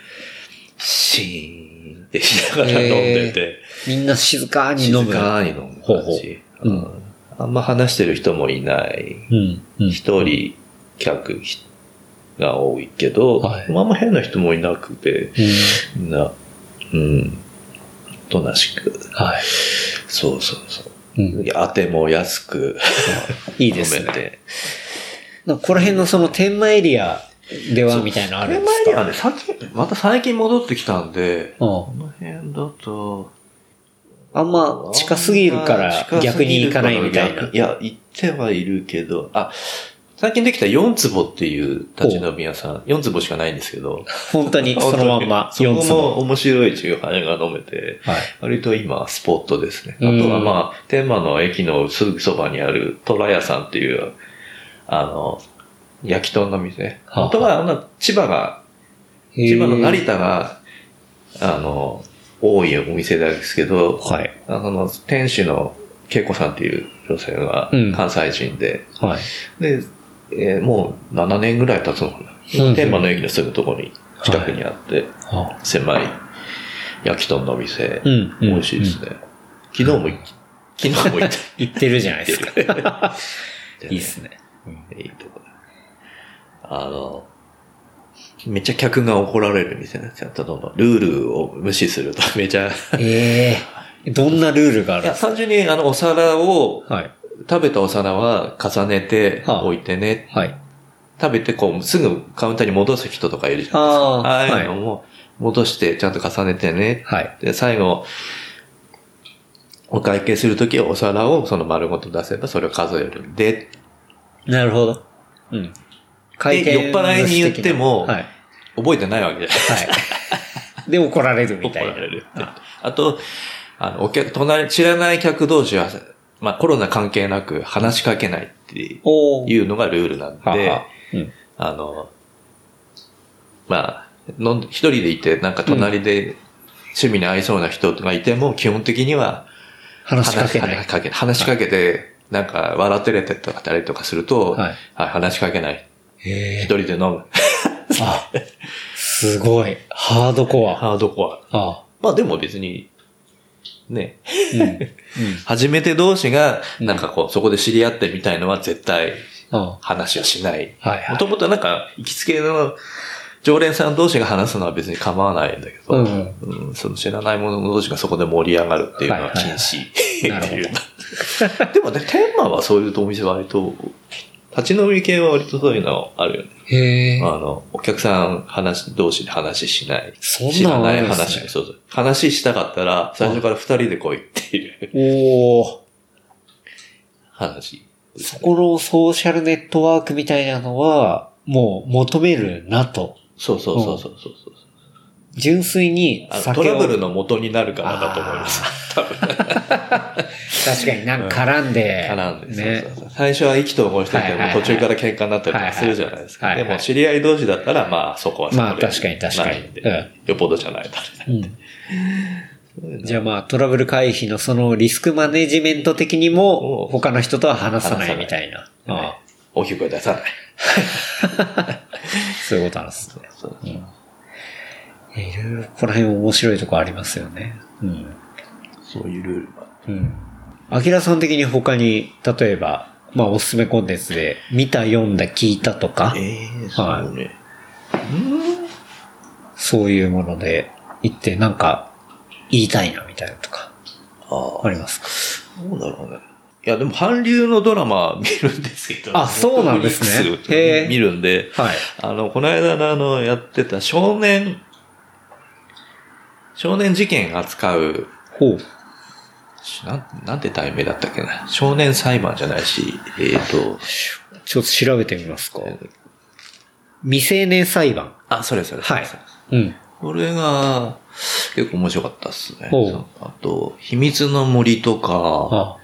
シーンってしながら飲んでて、みんな静かに静飲む。かに飲むほう感ほじ。うううんんあんま話してる人もいない。うん。うん。一人客が多いけど、はいまああんま変な人もいなくて、うんみんな、うん、おとなしく。はい。そうそうそう。うん当ても安く、いいです飲めね。て。なんかこの辺のその天満エリアではみたいなのあるんですこれ前にはかね、最近、また最近戻ってきたんで、うんこの辺だと、あんま近すぎるから逆に行かないみたいな。いや、行ってはいるけど、あ、最近できた四坪っていう立ち飲み屋さん、四坪しかないんですけど、本当 にそのまんまそ4こつもも。面白い中華が飲めて、はい。割と今スポットですね。あうんとはまあ、天満の駅のすぐそばにある虎屋さんっていう、あの、焼き豚の店。はあ本当はあの、千葉が、へー千葉の成田が、あの、多いお店なんですけど、はい。あの、店主の恵子さんっていう女性がうん関西人で、はい。で、えーもう7年ぐらい経つのかな。うん天満の駅のすぐところに、近くにあって、は狭い焼き豚のお店、うん美味しいですね。昨日も行っ昨日も行った。行ってるじゃないですか。 いいっすね。いいとこだ。あの、めっちゃ客が怒られる店なんですよ。どんどんルールを無視するとめちゃ。ええ。どんなルールがあいるんや、ですか単純にあの、お皿を、はい。食べたお皿は重ねてはあ置いてね。はい。食べてこう、すぐカウンターに戻す人とかいるじゃないですか。ああーあいうのはも戻してちゃんと重ねてね。はい。で、最後、お会計するときはお皿をその丸ごと出せばそれを数えるんで。なるほど。うん。で、酔っ払いに言っても、はい。覚えてないわけじゃないですか。はい。で、 怒られる みたい な。怒られるってあと、あの、お客、隣、知らない客同士は、まあコロナ関係なく話しかけないっていおーうのがルールなんはあではあ、うんあの、まあ、飲んで一人でいて、なんか隣で趣味に合いそうな人がいても、基本的には話しかけな話いし。かけ話しかけて、なんか笑ってれてとかたりとかすると、はいはい話しかけない。へ一え。人で飲む。あ、すごい。ハードコア。ハードコア。あまあでも別に、ね、うん。うん。初めて同士が、なんかこう、そこで知り合ってみたいのは絶対あ話はしない。はいもはい。ともとなんか、行きつけの常連さん同士が話すのは別に構わないんだけど、うんうんその知らない者同士がそこで盛り上がるっていうのは禁止はいはいはい っていう。でもね、天満はそういうお店割と、立ち飲み系は割とそういうのあるよね。へえ。あの、お客さん話、同士で話しない。そんなん知らないあるんですね話、そうそう。話したかったら、最初から二人で来いっていうおお。話。そこのソーシャルネットワークみたいなのは、もう求めるなと。そうそうそうそうそうそう。純粋にあの酒トを。ラブルの元になるからだと思います。確かになんか絡んで。絡んで、ねそう。そうそう最初は意気投合しててはいはいもはい途中から喧嘩になったりとかするじゃないですか。はいはでいはいも知り合い同士だったら、まあそこはそこでまあ確かに確かにないんでうよっぽどじゃないと。うんじゃあまあトラブル回避のそのリスクマネジメント的にもお他の人とは話さな話さいないみたいな。ああ大きい声出さない。そういうことなんですね。そういろいろこの辺面白いとこありますよね。うん。そういうルールが。うん。アキラさん的に他に、例えば、まあおすすめコンテンツで見た、読んだ、聞いたとか、ええはいそうね。そういうもので言ってなんか言いたいなみたいなのとか、あありますかあ、どうだろうね。いや、でも、韓流のドラマ見るんですけど。あそうなんですね Netflix へえ見るんで。はい。あの、この間のあの、やってた少年、少年事件扱う、ほう。なん、なんて題名だったっけな。少年裁判じゃないし、えっ、と、ちょっと調べてみますか。未成年裁判。あ、それそれ。はいそれそれ。うん。これが、結構面白かったっすねほう。あと、秘密の森とか、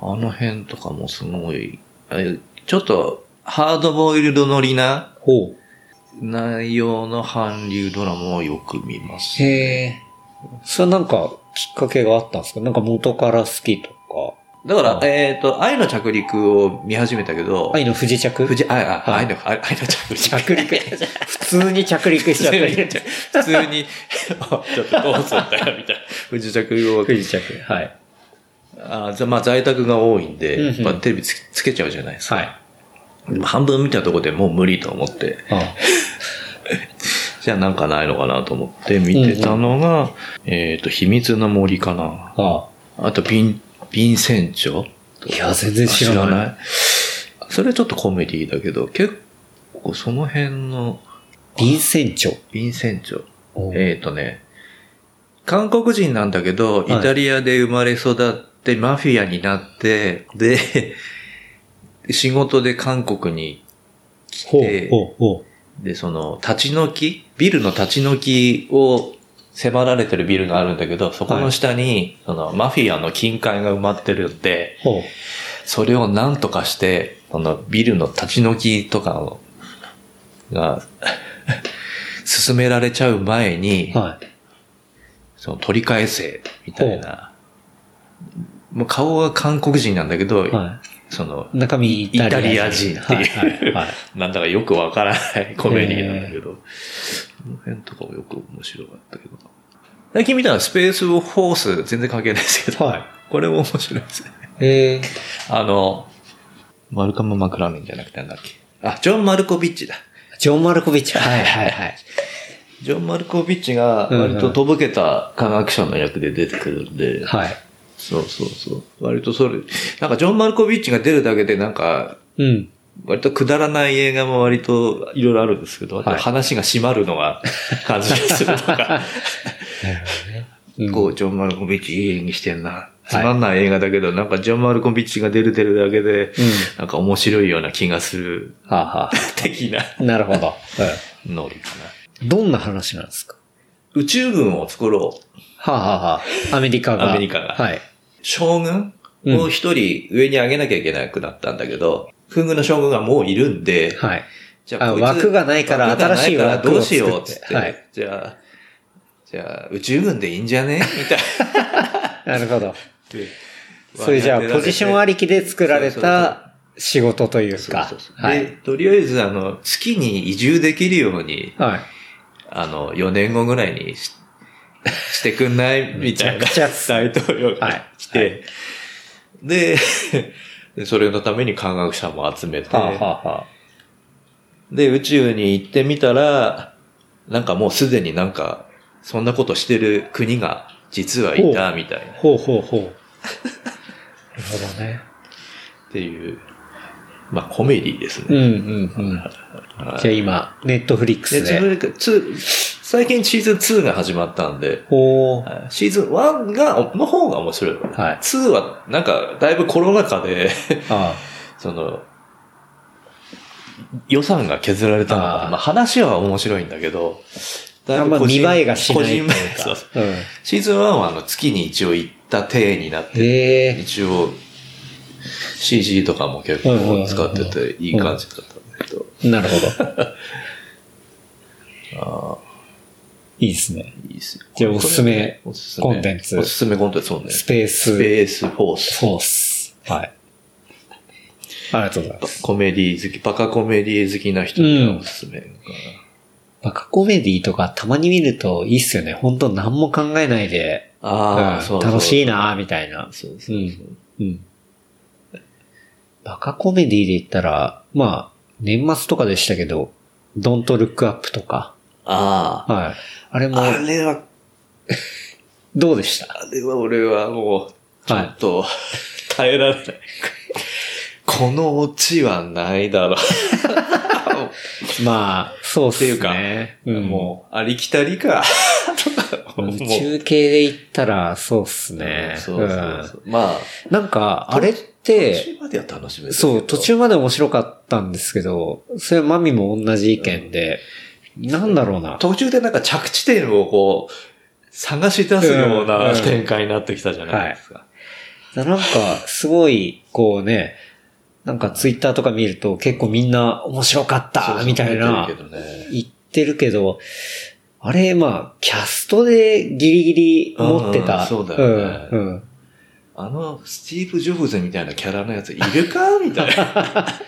ああの辺とかもすごい、えちょっと、ハードボイルドのりなほう。内容の韓流ドラマをよく見ます。へえ。それはなんかきっかけがあったんですかなんか元から好きとか。だから、えっ、と、愛の着陸を見始めたけど、愛の不時着富士、あ、あ、はい愛の、愛愛の着陸。着 陸。普通に着陸しちゃったり。普通に、 あちょっとどうすんだよ、みたいな。不時着語不時着。はい。あざまあ、在宅が多いんで、うんうんまあ、テレビつけつけちゃうじゃないですか。はい。でも半分見たとこでもう無理と思って、あじゃあなんかないのかなと思って見てたのが、えっ、と、秘密の森かな。あ。あと、ビン、ビンセンチョいや、全然知らない。いそれちょっとコメディだけど、結構その辺の、ビンセンチョ。ヴィンセンチョ。おうえっ、とね、韓国人なんだけど、はいイタリアで生まれ育って、マフィアになって、で、仕事で韓国に、ほうえーほうほで、その、立ち退きビルの立ち退きを迫られてるビルがあるんだけど、そこの下に、その、マフィアの金塊が埋まってるんで、う。ほう。それを何とかして、そのビルの立ち退きとかをが、 進められちゃう前に、はい。その取り返せ、みたいな。もう顔は韓国人なんだけど、はそのい。、中身イタリア人。イタリア人っていうはいはいはいなんだかよくわからない コメディなんだけど、この辺とかもよく面白かったけど。最近見たのはスペースフォース全然関係ないですけど、はこれも面白いですね。い。えあの、マルカム・マクラーメンじゃなくてなんだっけ。あ、ジョン・マルコビッチだ。ー、ジョン・マルコビッチ。はいはいはい。ジョン・マルコビッチが割ととぼけた科学者の役で出てくるんで、はい。そうそうそう。割とそれ、なんかジョン・マルコビッチが出るだけでなんか、うん。割とくだらない映画も割といろいろあるんですけど、はい話が締まるの が感じがするとか、うんこう、ジョン・マルコビッチいい演技してんな。つまんない映画だけど、なんかジョン・マルコビッチが出る出るだけで、なんか面白いような気がする、はあは的なあ。 なるほど。ノリかな。どんな話なんですか宇宙軍を作ろう。はあはあはあ。アメリカが。アメリカがはい。将軍うんを一人上に上げなきゃいけなくなったんだけど、空軍の将軍がもういるんで、はい。じあこいつ枠がないから枠がないから新しい枠をどうしようっつって、作ってはいじゃあ、じゃあ宇宙軍でいいんじゃ ねみたいなるほど。な。それじゃあ、ポジションありりきで作られそうそうそうた仕事というそうかそうそ。うはで、い。とりあえず、あの、月に移住できるように、はい。あの、4年後ぐらいにししてくん ないみたいなめちゃくち大統領はいが来て、で、 でそれのために科学者も集めて、はあはあはあ。で、宇宙に行ってみたら、なんかもうすでになんか、そんなことしてる国が実はいたみたいな、っほうほうほう。なるほどね。ていう、まあコメディですうんね。うんうん。じゃあ今、ネットフリックでス自で。分でツー最近シーズン2が始まったんで、ほう。シーズン1が、の方が面白いわね。はい2は、なんか、だいぶコロナ禍で、 あその、予算が削られたのかあーなまあ話は面白いんだけど、だあんま見栄えがしないというかそうそうあ。うん。シーズン1はあの月に一応行った体になって、へえ。一応 CG とかも結構使ってていい感じだったんだけど、なるほど。 いいですね。いいですよ。じゃあおすすめおすすめコンテンツおすすめコンテンツ、そうね。ススペースフペースフォース。ォース。はい。ありがとうございます。コメディ好き、バカコメディ好きな人にはおすすめかな。バカコメディとかたまに見るといいっすよね。本当何も考えないで、ああ、うんそうそう楽しいなーみたいな。そうそうう。そうんうん。バカコメディで言ったら、まあ、年末とかでしたけど、ドントルックアップとか。ああ。はい。あれも、あれは、どうでしたあれは俺はもう、ちょっと、耐えられない。このオチはないだろう。まあ、そうっすね。ってうん、もう、ありきたり か。とか宇宙系で言ったら、そうっすね。そうそうそう。まあ、うんなんか、あれって、途中までは楽しめるけど。そう、途中まで面白かったんですけど、それはマミも同じ意見で、なんだろうな。途中でなんか着地点をこう、探し出すよううんなうん展開になってきたじゃないですか。なんか、すごい、こうね、なんかツイッターとか見ると結構みんな面白かった、みたいなそうそう見てるけどね言ってるけど、あれ、まあ、キャストでギリギリ持ってうた。んそうだよねうんうんあの、スティーブ・ジョブズみたいなキャラのやついるかみたいな。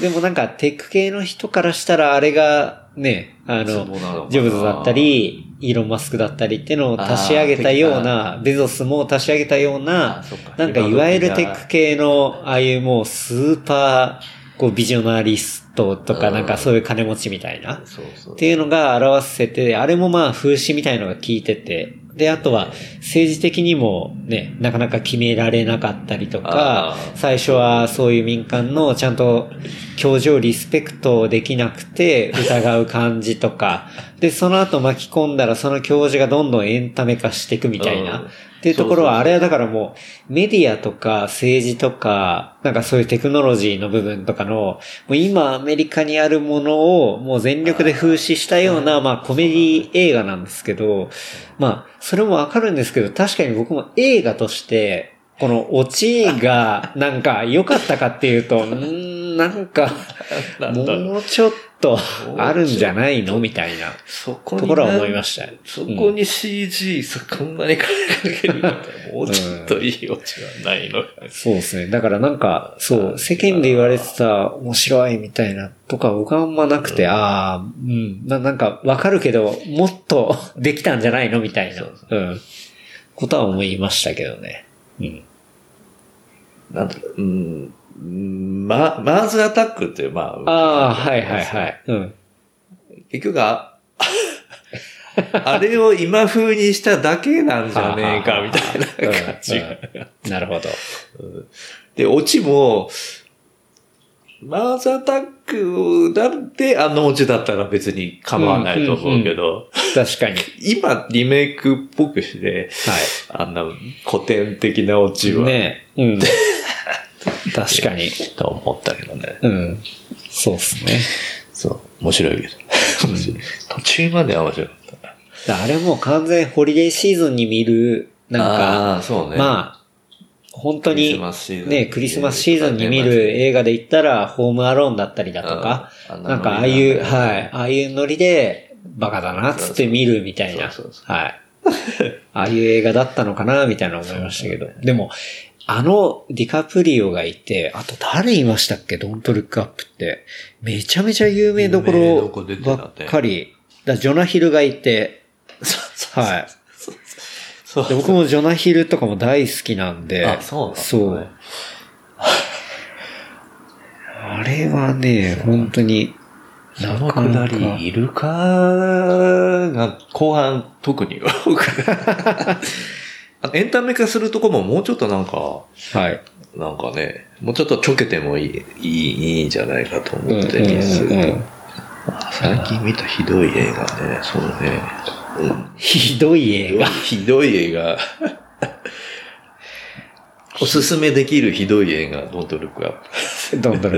でもなんかテック系の人からしたらあれがね、あそうの、なのかなジョブズだった、り、イーロン・マスクだったりっていうのを足し上げたような、ベゾスも足し上げたようあな、そっかなんかいわゆるテック系の、ああいうもうスーパー、こうビジョナリストとかうんなんかそういう金持ちみたいな、そうそう。っていうのが表せて、あれもまあ風刺みたいのが効いてて、で、あとは政治的にもね、なかなか決められなかったりとかあ、ー最初はそういう民間のちゃんと教授をリスペクトできなくて疑う感じとか、で、その後巻き込んだらその教授がどんどんエンタメ化していくみたいな。うんっていうところは、そうそうそうあれはだからもう、メディアとか政治とか、なんかそういうテクノロジーの部分とかの、もう今アメリカにあるものをもう全力で風刺したような、まあコメディ映画なんですけど、まあ、それもわかるんですけど、確かに僕も映画として、このオチが、なんか良かったかっていう と、うーんなんか、なんだろうもうちょっとあるんじゃないのみたいなそこにところは思いました。そこに CG、そこんなに金かけるんだったらもうちょっといいオチはないのか。そうですね。だからなんか、そう、世間で言われてた面白いみたいなとか僕はあんまなくて、ああ、うん、ななんかわかるけど、もっとできたんじゃないのみたいな、そううん、ことは思いましたけどね。うん。なんだろう、うんうん、ま、マーズアタックっていう、まあ、ああ、はいはいはい。うん。結局あ、 あれを今風にしただけなんじゃねえか、みたいな感じが。うんなるほど。で、オチも、マーズアタックだってあのオチだったら別に構わないと思うけど、確かに。はい。今リメイクっぽくして、あんな古典的なオチは、ねえ。うん。確かに。と思ったけどね。うん。そうですね。そう。面白いけど。途中までは面白かった。だからあれもう完全ホリデーシーズンに見る、なんか、あー、そうね。まあ、本当クリにスマスシーズンね、クリスマスシーズンに見る映画で言ったら、ホームアローンだったりだとか、うんなんかああいう、あんなノリだはねい、ああいうノリで、バカだなっつって見るみたいな、そうそうそはい。 ああいう映画だったのかな、みたいな思いましたけど。でも、あのディカプリオがいて、あと誰いましたっけドントルックアップって。めちゃめちゃ有名どこ有名どこ出ろてたねばっかり。だジョナヒルがい て、はい。そうで僕もジョナヒルとかも大好きなんで。あそうなんだそう。あれはね、本当に、そのくだり、いるかが、後半特に多く あのエンタメ化するとこももうちょっとなんか、はい。なんかね、もうちょっとちょけてもいい、いい、いいんじゃないかとうん思うんってです、うんうん最近見たひどい映画ね、そうね。うんひどい映画。ひどい映 画。おすすめできるひどい映画、ドントルックアップ。どんどん。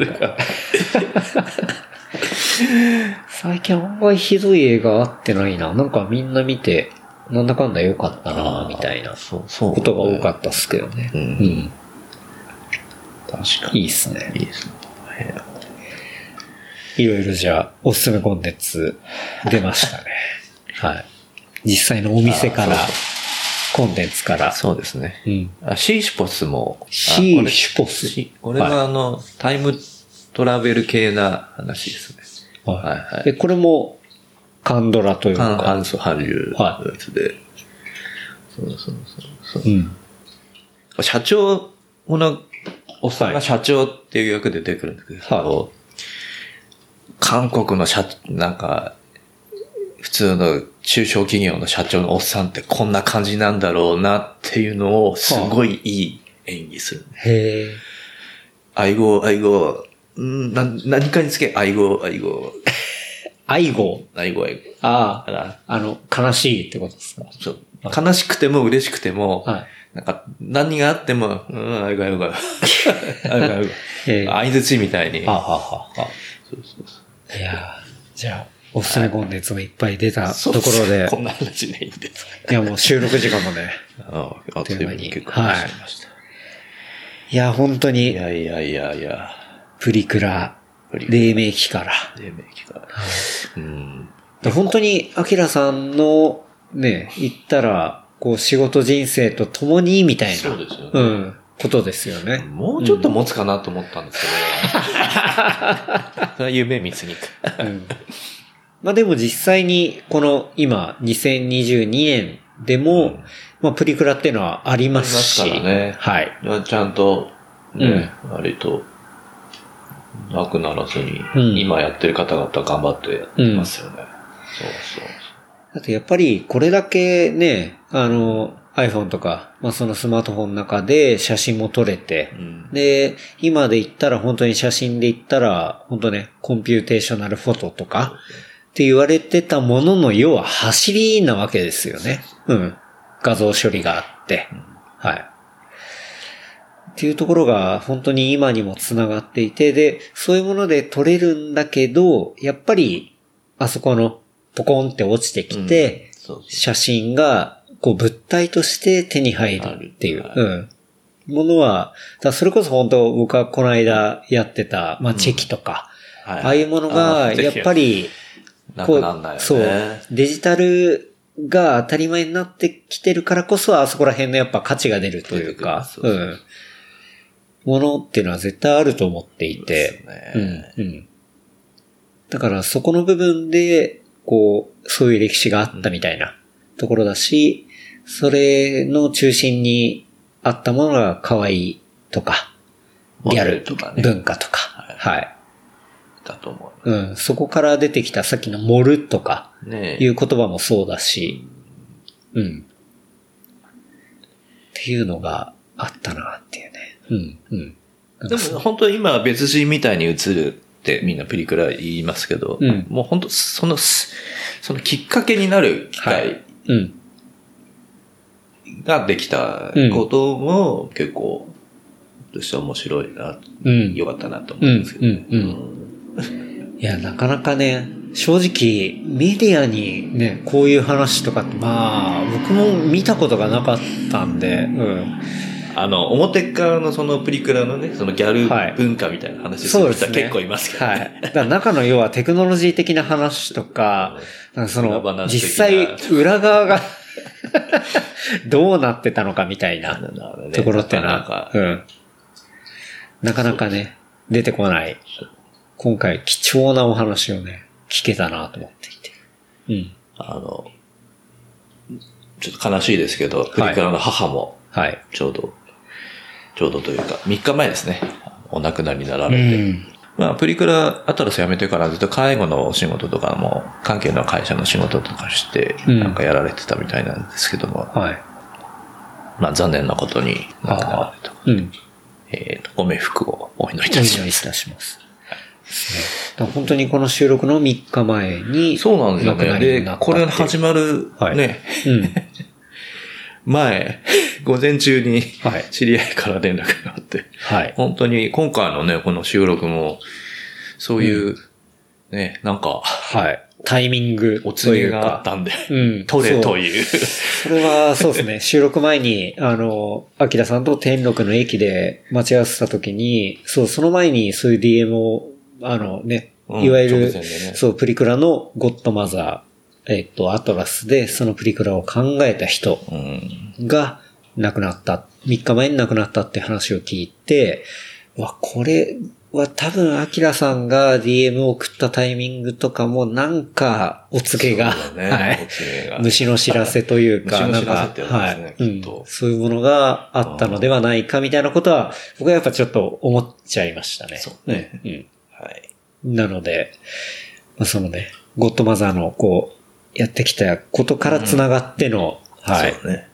最近あんまりひどい映画あってないな。なんかみんな見て、なんだかんだ良かったな、みたいなそう、そう、ことが多かったっすけどね。ううんん。た。確かに。いいっすね。いいですね。いろいろじゃあ、おすすめコンテンツ出ま したね。はい。実際のお店から、コンテンツから。そうですね。うん。あシーシュポスも。あシこーれシュポス。しこれはあの、タイムトラベル系な話ですね。はいはいはいで、これも、カンドラという韓か。韓ソ韓流はのやつで。そうそうそううそん。う。社長、このおっさんはがい社長っていう役で出てくるんだけど、韓国の社、なんか、普通の中小企業の社長のおっさんってこんな感じなんだろうなっていうのをすごいいい演技する。へえ。愛語、愛語、うんな何かにつけ、愛語、愛語、愛語。愛語、愛語。あだから、あ、あの、悲しいってことですか。そう悲しくても嬉しくても、はいなんか、何があっても、うん、愛語、愛語、 愛語、愛語ええ相づちみたいに。あははは。そうそうそいやーじゃあ、おすすめコンテンツもいっぱい出たうところでこ、んな話ね、いいんです。いやもう収録時間もね。ああ、あっという間に結構はい話しました。いや、本当いに、やいやいやいや。プリクラ、プリクラ黎明期から。黎明期が。うん。で本当に、アキラさんの、ね、言ったら、こう、仕事人生と共に、みたいな。そうですようね。ん。ことですよね。もうちょっと持つかなと思ったんですけど。それ は夢見すぎか。うんまあでも実際に、この今、2022年でも、うんまあプリクラっていうのはありますし。ありますからねはい。ちゃんと、ね、割と、なくならずに、うん今やってる方々頑張ってやってますよね。そうあとやっぱり、これだけね、あの、iPhone とか、まあそのスマートフォンの中で写真も撮れて、そう。うん。で、今で言ったら本当に写真で言ったら、本当ね、コンピューテーショナルフォトとか、って言われてたものの、要は走りなわけですよね。うん。画像処理があって。はい。っていうところが本当に今にもつながっていて、で、そういうもので撮れるんだけど、やっぱり、あそこのポコンって落ちてきうて、んそうそ写真が、こう物体として手に入るっていう、はいうん。ものは、だからそれこそ本当僕はこの間やってた、まあチェキとか、う。はああいうものあが、ーやっぱり、なこくうなんだよね。そう、デジタルが当たり前になってきてるからこそ、あそこら辺のやっぱ価値が出るというか、出てくるそうそうん。ものっていうのは絶対あると思っていて、そううんね。うん。だからそこの部分で、こう、そういう歴史があったみたいなところだし、それの中心にあったものが可愛いとか、モリデアルルとかね。文化とか、はい、だと思うん。そこから出てきたさっきの盛るとかう。ねいう言葉もそうだし、うん。っていうのがあったなっていうね。うん、うん。でも本当に今は別人みたいに映るってみんなプリクラ言いますけど、うんもう本当その、すそのきっかけになる機会うん。ができたことも結構、として面白いな、うん。良かったなと思うんですけど。うんうんいや、なかなかね、正直、メディアにね、こういう話とかって、まあ、僕も見たことがなかったんで、うん。あの、表側のそのプリクラのね、そのギャはいル文化みたいな話すそうるです人ねは結構いますけど、はい。だから中の要はテクノロジー的な話とか、なんかそ裏の、話的実際な、裏側が、 どうなってたのかみたいあなのなるほどねところってのなんはか、、うん。なかなかね、出てこない。今回、貴重なお話をね、聞けたなと思っていて。うん。あの、ちょっと悲しいですけど、プリクラの母も、はい。ちょうど、ちょうどというか、3日前ですね。お亡くなりにならうれて。ん。まあ、プリクラ、アトラス辞めてからずっと介護のお仕事とかも、関係の会社の仕事とかして、うんなんかやられてたみたいなんですけども、はい。まあ、残念なことに亡くなられた。うん。えっ、と、ご冥福をお祈りいお祈たしりいたします。だから本当にこの収録の3日前に、そうなんですよ亡くなね。りにでなっ、たってこいうれ始まる、はいね、うん。前、午前中にはい、知り合いから連絡があって、はい。本当に今回のね、この収録も、そういう、ね、なんか、はい。タイミングおと告いげうがあっか。たんで、うん。取れとう。いう。それは、そうで すね。収録前に、あの、アキラさんと天禄の駅で待ち合わせた時に、そう、その前にそういう DM を、あのね、うんいわゆる、直前でねそう、プリクラのゴッドマザー、えっと、アトラスで、そのプリクラを考えた人うん。が亡くなった、3日前に亡くなったって話を聞いて、うわ、これは多分、アキラさんが DM を送ったタイミングとかも、なんか、お告げが、そうだねはいお告げが虫の知らせというか、虫の知らせなんかってやつはですねい、きっとうんそういうものがあったのではないか、みたいなことは、僕はやっぱちょっと思っちゃいましたね。そうね。うん。はい。なので、まあ、そのね、ゴッドマザーの、こう、やってきたことから繋がっての、はい。そうね。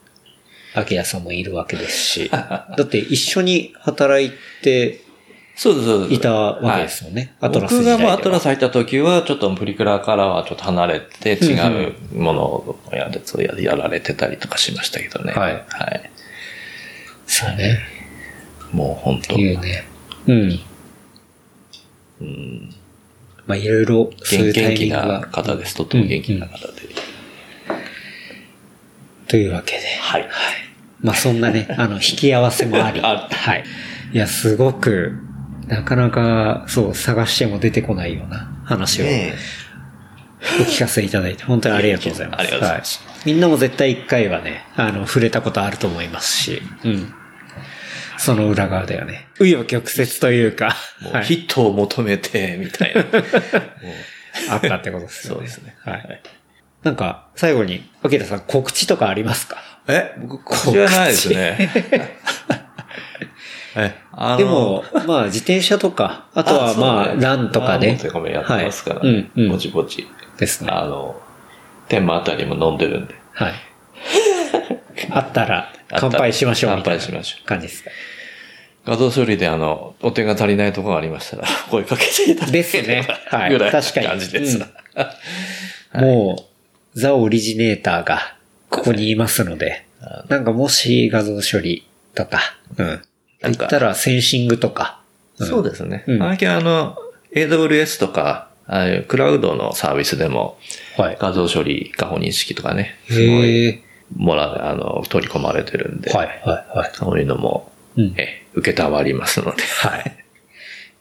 アキラさんもいるわけですし、 だって一緒に働いてそうです、そうです。いたわけですはいよね。アトラス僕時代がでまはあアトラス入った時は、ちょっとプリクラからはちょっと離れて、違うものをやるそうややられてたりとかしましたけどね。はいはい。そうね。もう本当、いうね。うん。うん、まあいろいろそうい元うタ元イミン気グなが、方です。とっても元気な方で。というわけで。はい。 まあそんなね、あの、引き合わせもあり。あはい。いや、すごく、なかなか、そう、探しても出てこないような話をねお聞かせいただいて、本当にありがとうございます。ありがとうございますはみんなも絶対一回はね、あの、触れたことあると思いますし、うん。その裏側だよね。紆余曲折というか、えもはういヒットを求めて、みたいな。 もうあったってことですよそうね。ですね。はい。なんか、最後に、明田さん、告知とかありますかえ僕、告知はないですね。 え、あのでも、まあ、自転車とか、ああとはまあ、そうねランとかね。ランとかもやってますから、はいうん、うん。ぼちぼち。ですね。あの、天満あたりも飲んでるんで。はい。あったら、あった乾杯しましょう。乾杯しましょう。感じですか。う。画像処理であの、お手が足りないところがありました ら、声かけていただけですねればはい ぐらいの確かに感じです。うんもう、ザ・オリジネーターが、ここにいますので、なんかもし画像処理とか、うん。な言んっかたら、センシングとか。んそうですね。うん最近あの、AWS とか、ああいうクラウドのサービスでも、はい。画像処理、画法認識とかね、すごい、へえ。もらう、あの、取り込まれてるんで、はい、はい、はい。そういうのも、うんえ、受けたまりますので、 はい。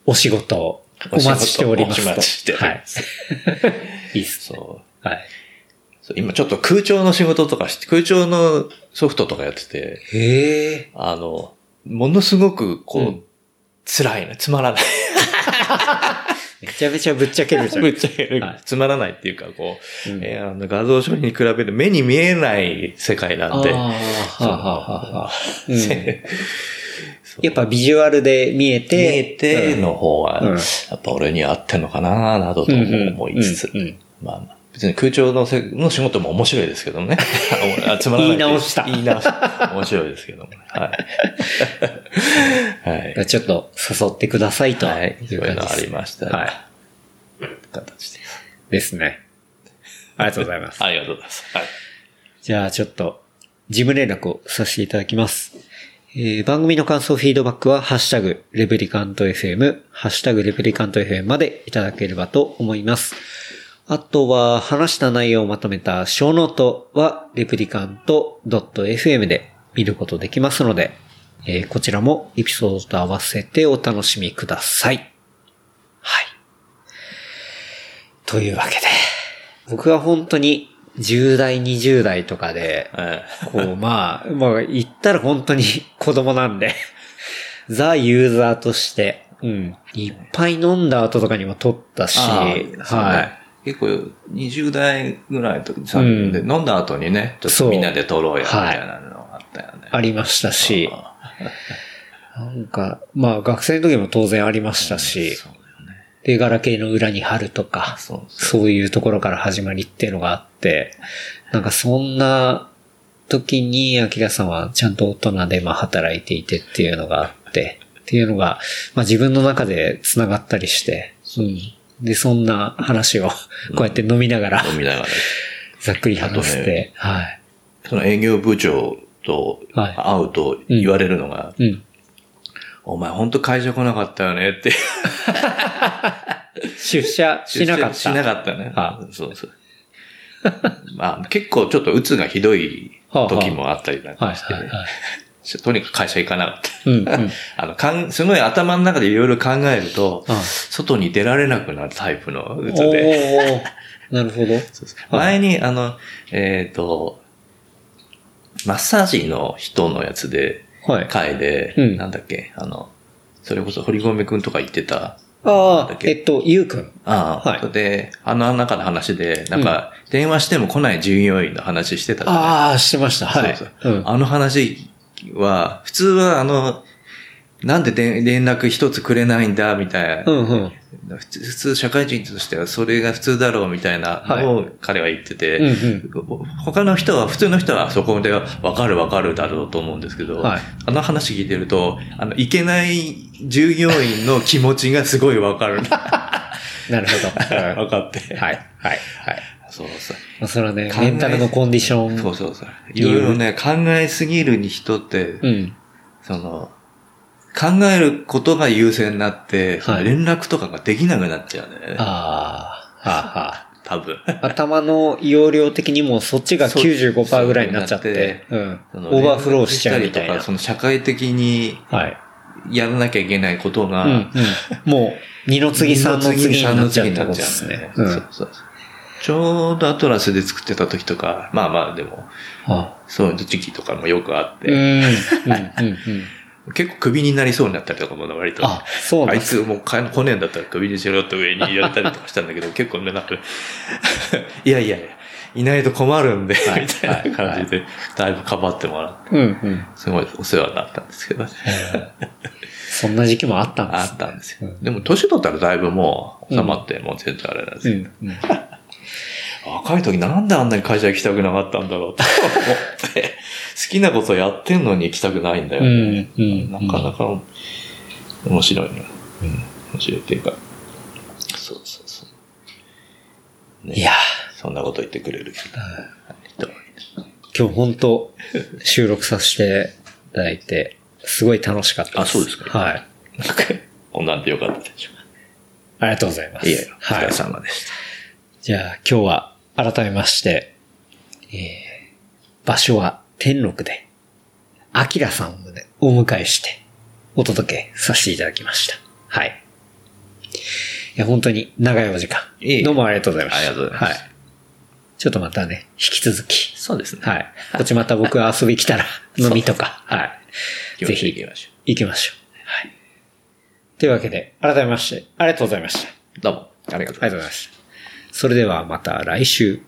お仕事をお待ちしておりますと。お仕事をお待ちしております はい。いいっすね。そう。はい。そう今ちょっと空調の仕事とかして、空調のソフトとかやってて、へえ。あの、ものすごく、こう、うん辛いね。つまらない。めちゃめちゃぶっちゃけるじゃん。ぶっちゃけるはい つまらないっていうか、こう、うんえーあの画像処理に比べて目に見えない世界なんで、あーはあはあはあ うんそうやっぱビジュアルで見えて。見えての方は、うんやっぱ俺には合ってんのかななどとも思いつつ、うんうんうんまあまあ、別に空調のせの仕事も面白いですけども ね。あつまらないってう。言い直した言い直した。面白いですけども、ね。 はい。はい。ちょっと誘ってくださいと。はい。いそうういう感のありじでましす。たら。はい。形で。ですね。ありがとうございます。ありがとうございます。はい。じゃあちょっと、事務連絡をさせていただきます。えー番組の感想、フィードバックは、ハッシュタグ、レプリカント FM、ハッシュタグ、レプリカント FM までいただければと思います。あとは、話した内容をまとめた小ノートは、レプリカント .fm で見ることできますので、えーこちらもエピソードと合わせてお楽しみください。はい。というわけで、僕は本当に10代、20代とかで、はいこう、まあ、まあ、言ったら本当に 子供なんで、 ザ・ユーザーとして、うん、いっぱい飲んだ後とかにも撮ったし、あーそうはねい。結構、20代ぐらいの時に3人で、う飲んだ後にね、ちょっそうとみんなで撮ろうや、みたいなのがあったよね。ありましたし、なんか、まあ、学生の時も当然ありましたし、そうだよね。で、ガラケーの裏に貼るとか、そうそう。そういうところから始まりっていうのがあって、なんかそんな時に、アキラさんはちゃんと大人でまあ働いていてっていうのがあって、っていうのが、まあ自分の中で繋がったりして、うん。で、そんな話を、こうやって飲みながら、飲みながら。ざっくり話して、はい。その営業部長とはい会うと言われるのが、うん。お前ほんと会社来なかったよねって。出社しなかった。しなかったね。はそう そう。まあ結構ちょっと鬱がひどい時もあったりなんはかい、して、はい、はい。とにかく会社行かなかった。うん、 うん。あの、かん、すごい頭の中でいろいろ考えると、うん外に出られなくなるタイプの鬱おで。ー、なるほど。そうそう前に、あの、えっ、と、マッサージの人のやつで、はい。回で、うんなんだっけ、あの、それこそ堀米くんとか言ってた、あだあっ、けえっと、ゆうくん。ああ、はいそれで、あの中の話で、なんか、電話しても来ない従業員の話してたじゃないああ、してました。はい。。そうそううんあの話は、普通はあの、なんでで連絡一つくれないんだ、みたいな。うんうん。普通、普通社会人としてはそれが普通だろうみたいなのを彼は言ってて、うんうん。他の人は、普通の人はそこでわかるわかるだろうと思うんですけど、はいあの話聞いてると、あの、いけない従業員の気持ちがすごいわか る。なるほど。うんわかって。 はい。はい。はい。そうそう。まあ、それはね、考えメンタルのコンディション。そうそうそう。いろいろね、考えすぎるに人って、うん。その、考えることが優先になって、はい連絡とかができなくなっちゃうんだよね。ああ、は多分。あ、はあ。頭の容量的にもそっちがそう95%ぐらいになっちゃって、うん。そオのーバーフローしちゃうみた連絡したいりとなか、。その社会的にはい。やらなきゃいけないことが、うん、うん。もう、二の次三の次に三なのっちゃう次っにてなこっとちでゃすうんだよねね。。うん。そうそうそうちょうどアトラスで作ってた時とか、まあまあでも、あそういう時期とかもよくあっうん。うて、ん。うん。うん。結構クビになりそうになったりとかも割と。 あ、そうなあんいだ。つもう金来ねえんだったら首にしろって上に言われたりとかしたんだけど、結構ね、なんか、 いやいやいや、いないと困るんで、はいみたいな感じで、だいぶかばってもらって、うんうん。すごいお世話になったんですけどね。そんな時期もあったんであすっ。たんですうよん。でも年取ったらだいぶもう収まって、もう全然あれなんですうよ。ん。うん若い時なんであんなに会社行きたくなかったんだろうと思って、 好きなことやってんのに行きたくないんだようね。ん。うん。なかなか面白いね。うん、面白いっていうか。そうそうそう。ねいやそんなこと言ってくれる人。今日本当収録させていただいて、すごい楽しかったです。あそうですかはい。なん かこんなんでよかったでしょありがとうございうまか。す。いやいや、おは疲いれ。様でした。じゃあ今日は改めまして、えー場所は天禄で、アキラさんをね、お迎えして、お届けさせていただきました。はい。いや、本当に長いお時間いえいえ。どうもありがとうございました。ありがとうございますはい。ちょっとまたね、引き続き。そうですね。はい。こっちまた僕が遊び来たら、飲みとか。はい。気持ちでぜひいきましょ行きましょう。はい。というわけで、改めまして、ありがとうございました。う。どうも、ありがとうございますありがとうございました。それではまた来週。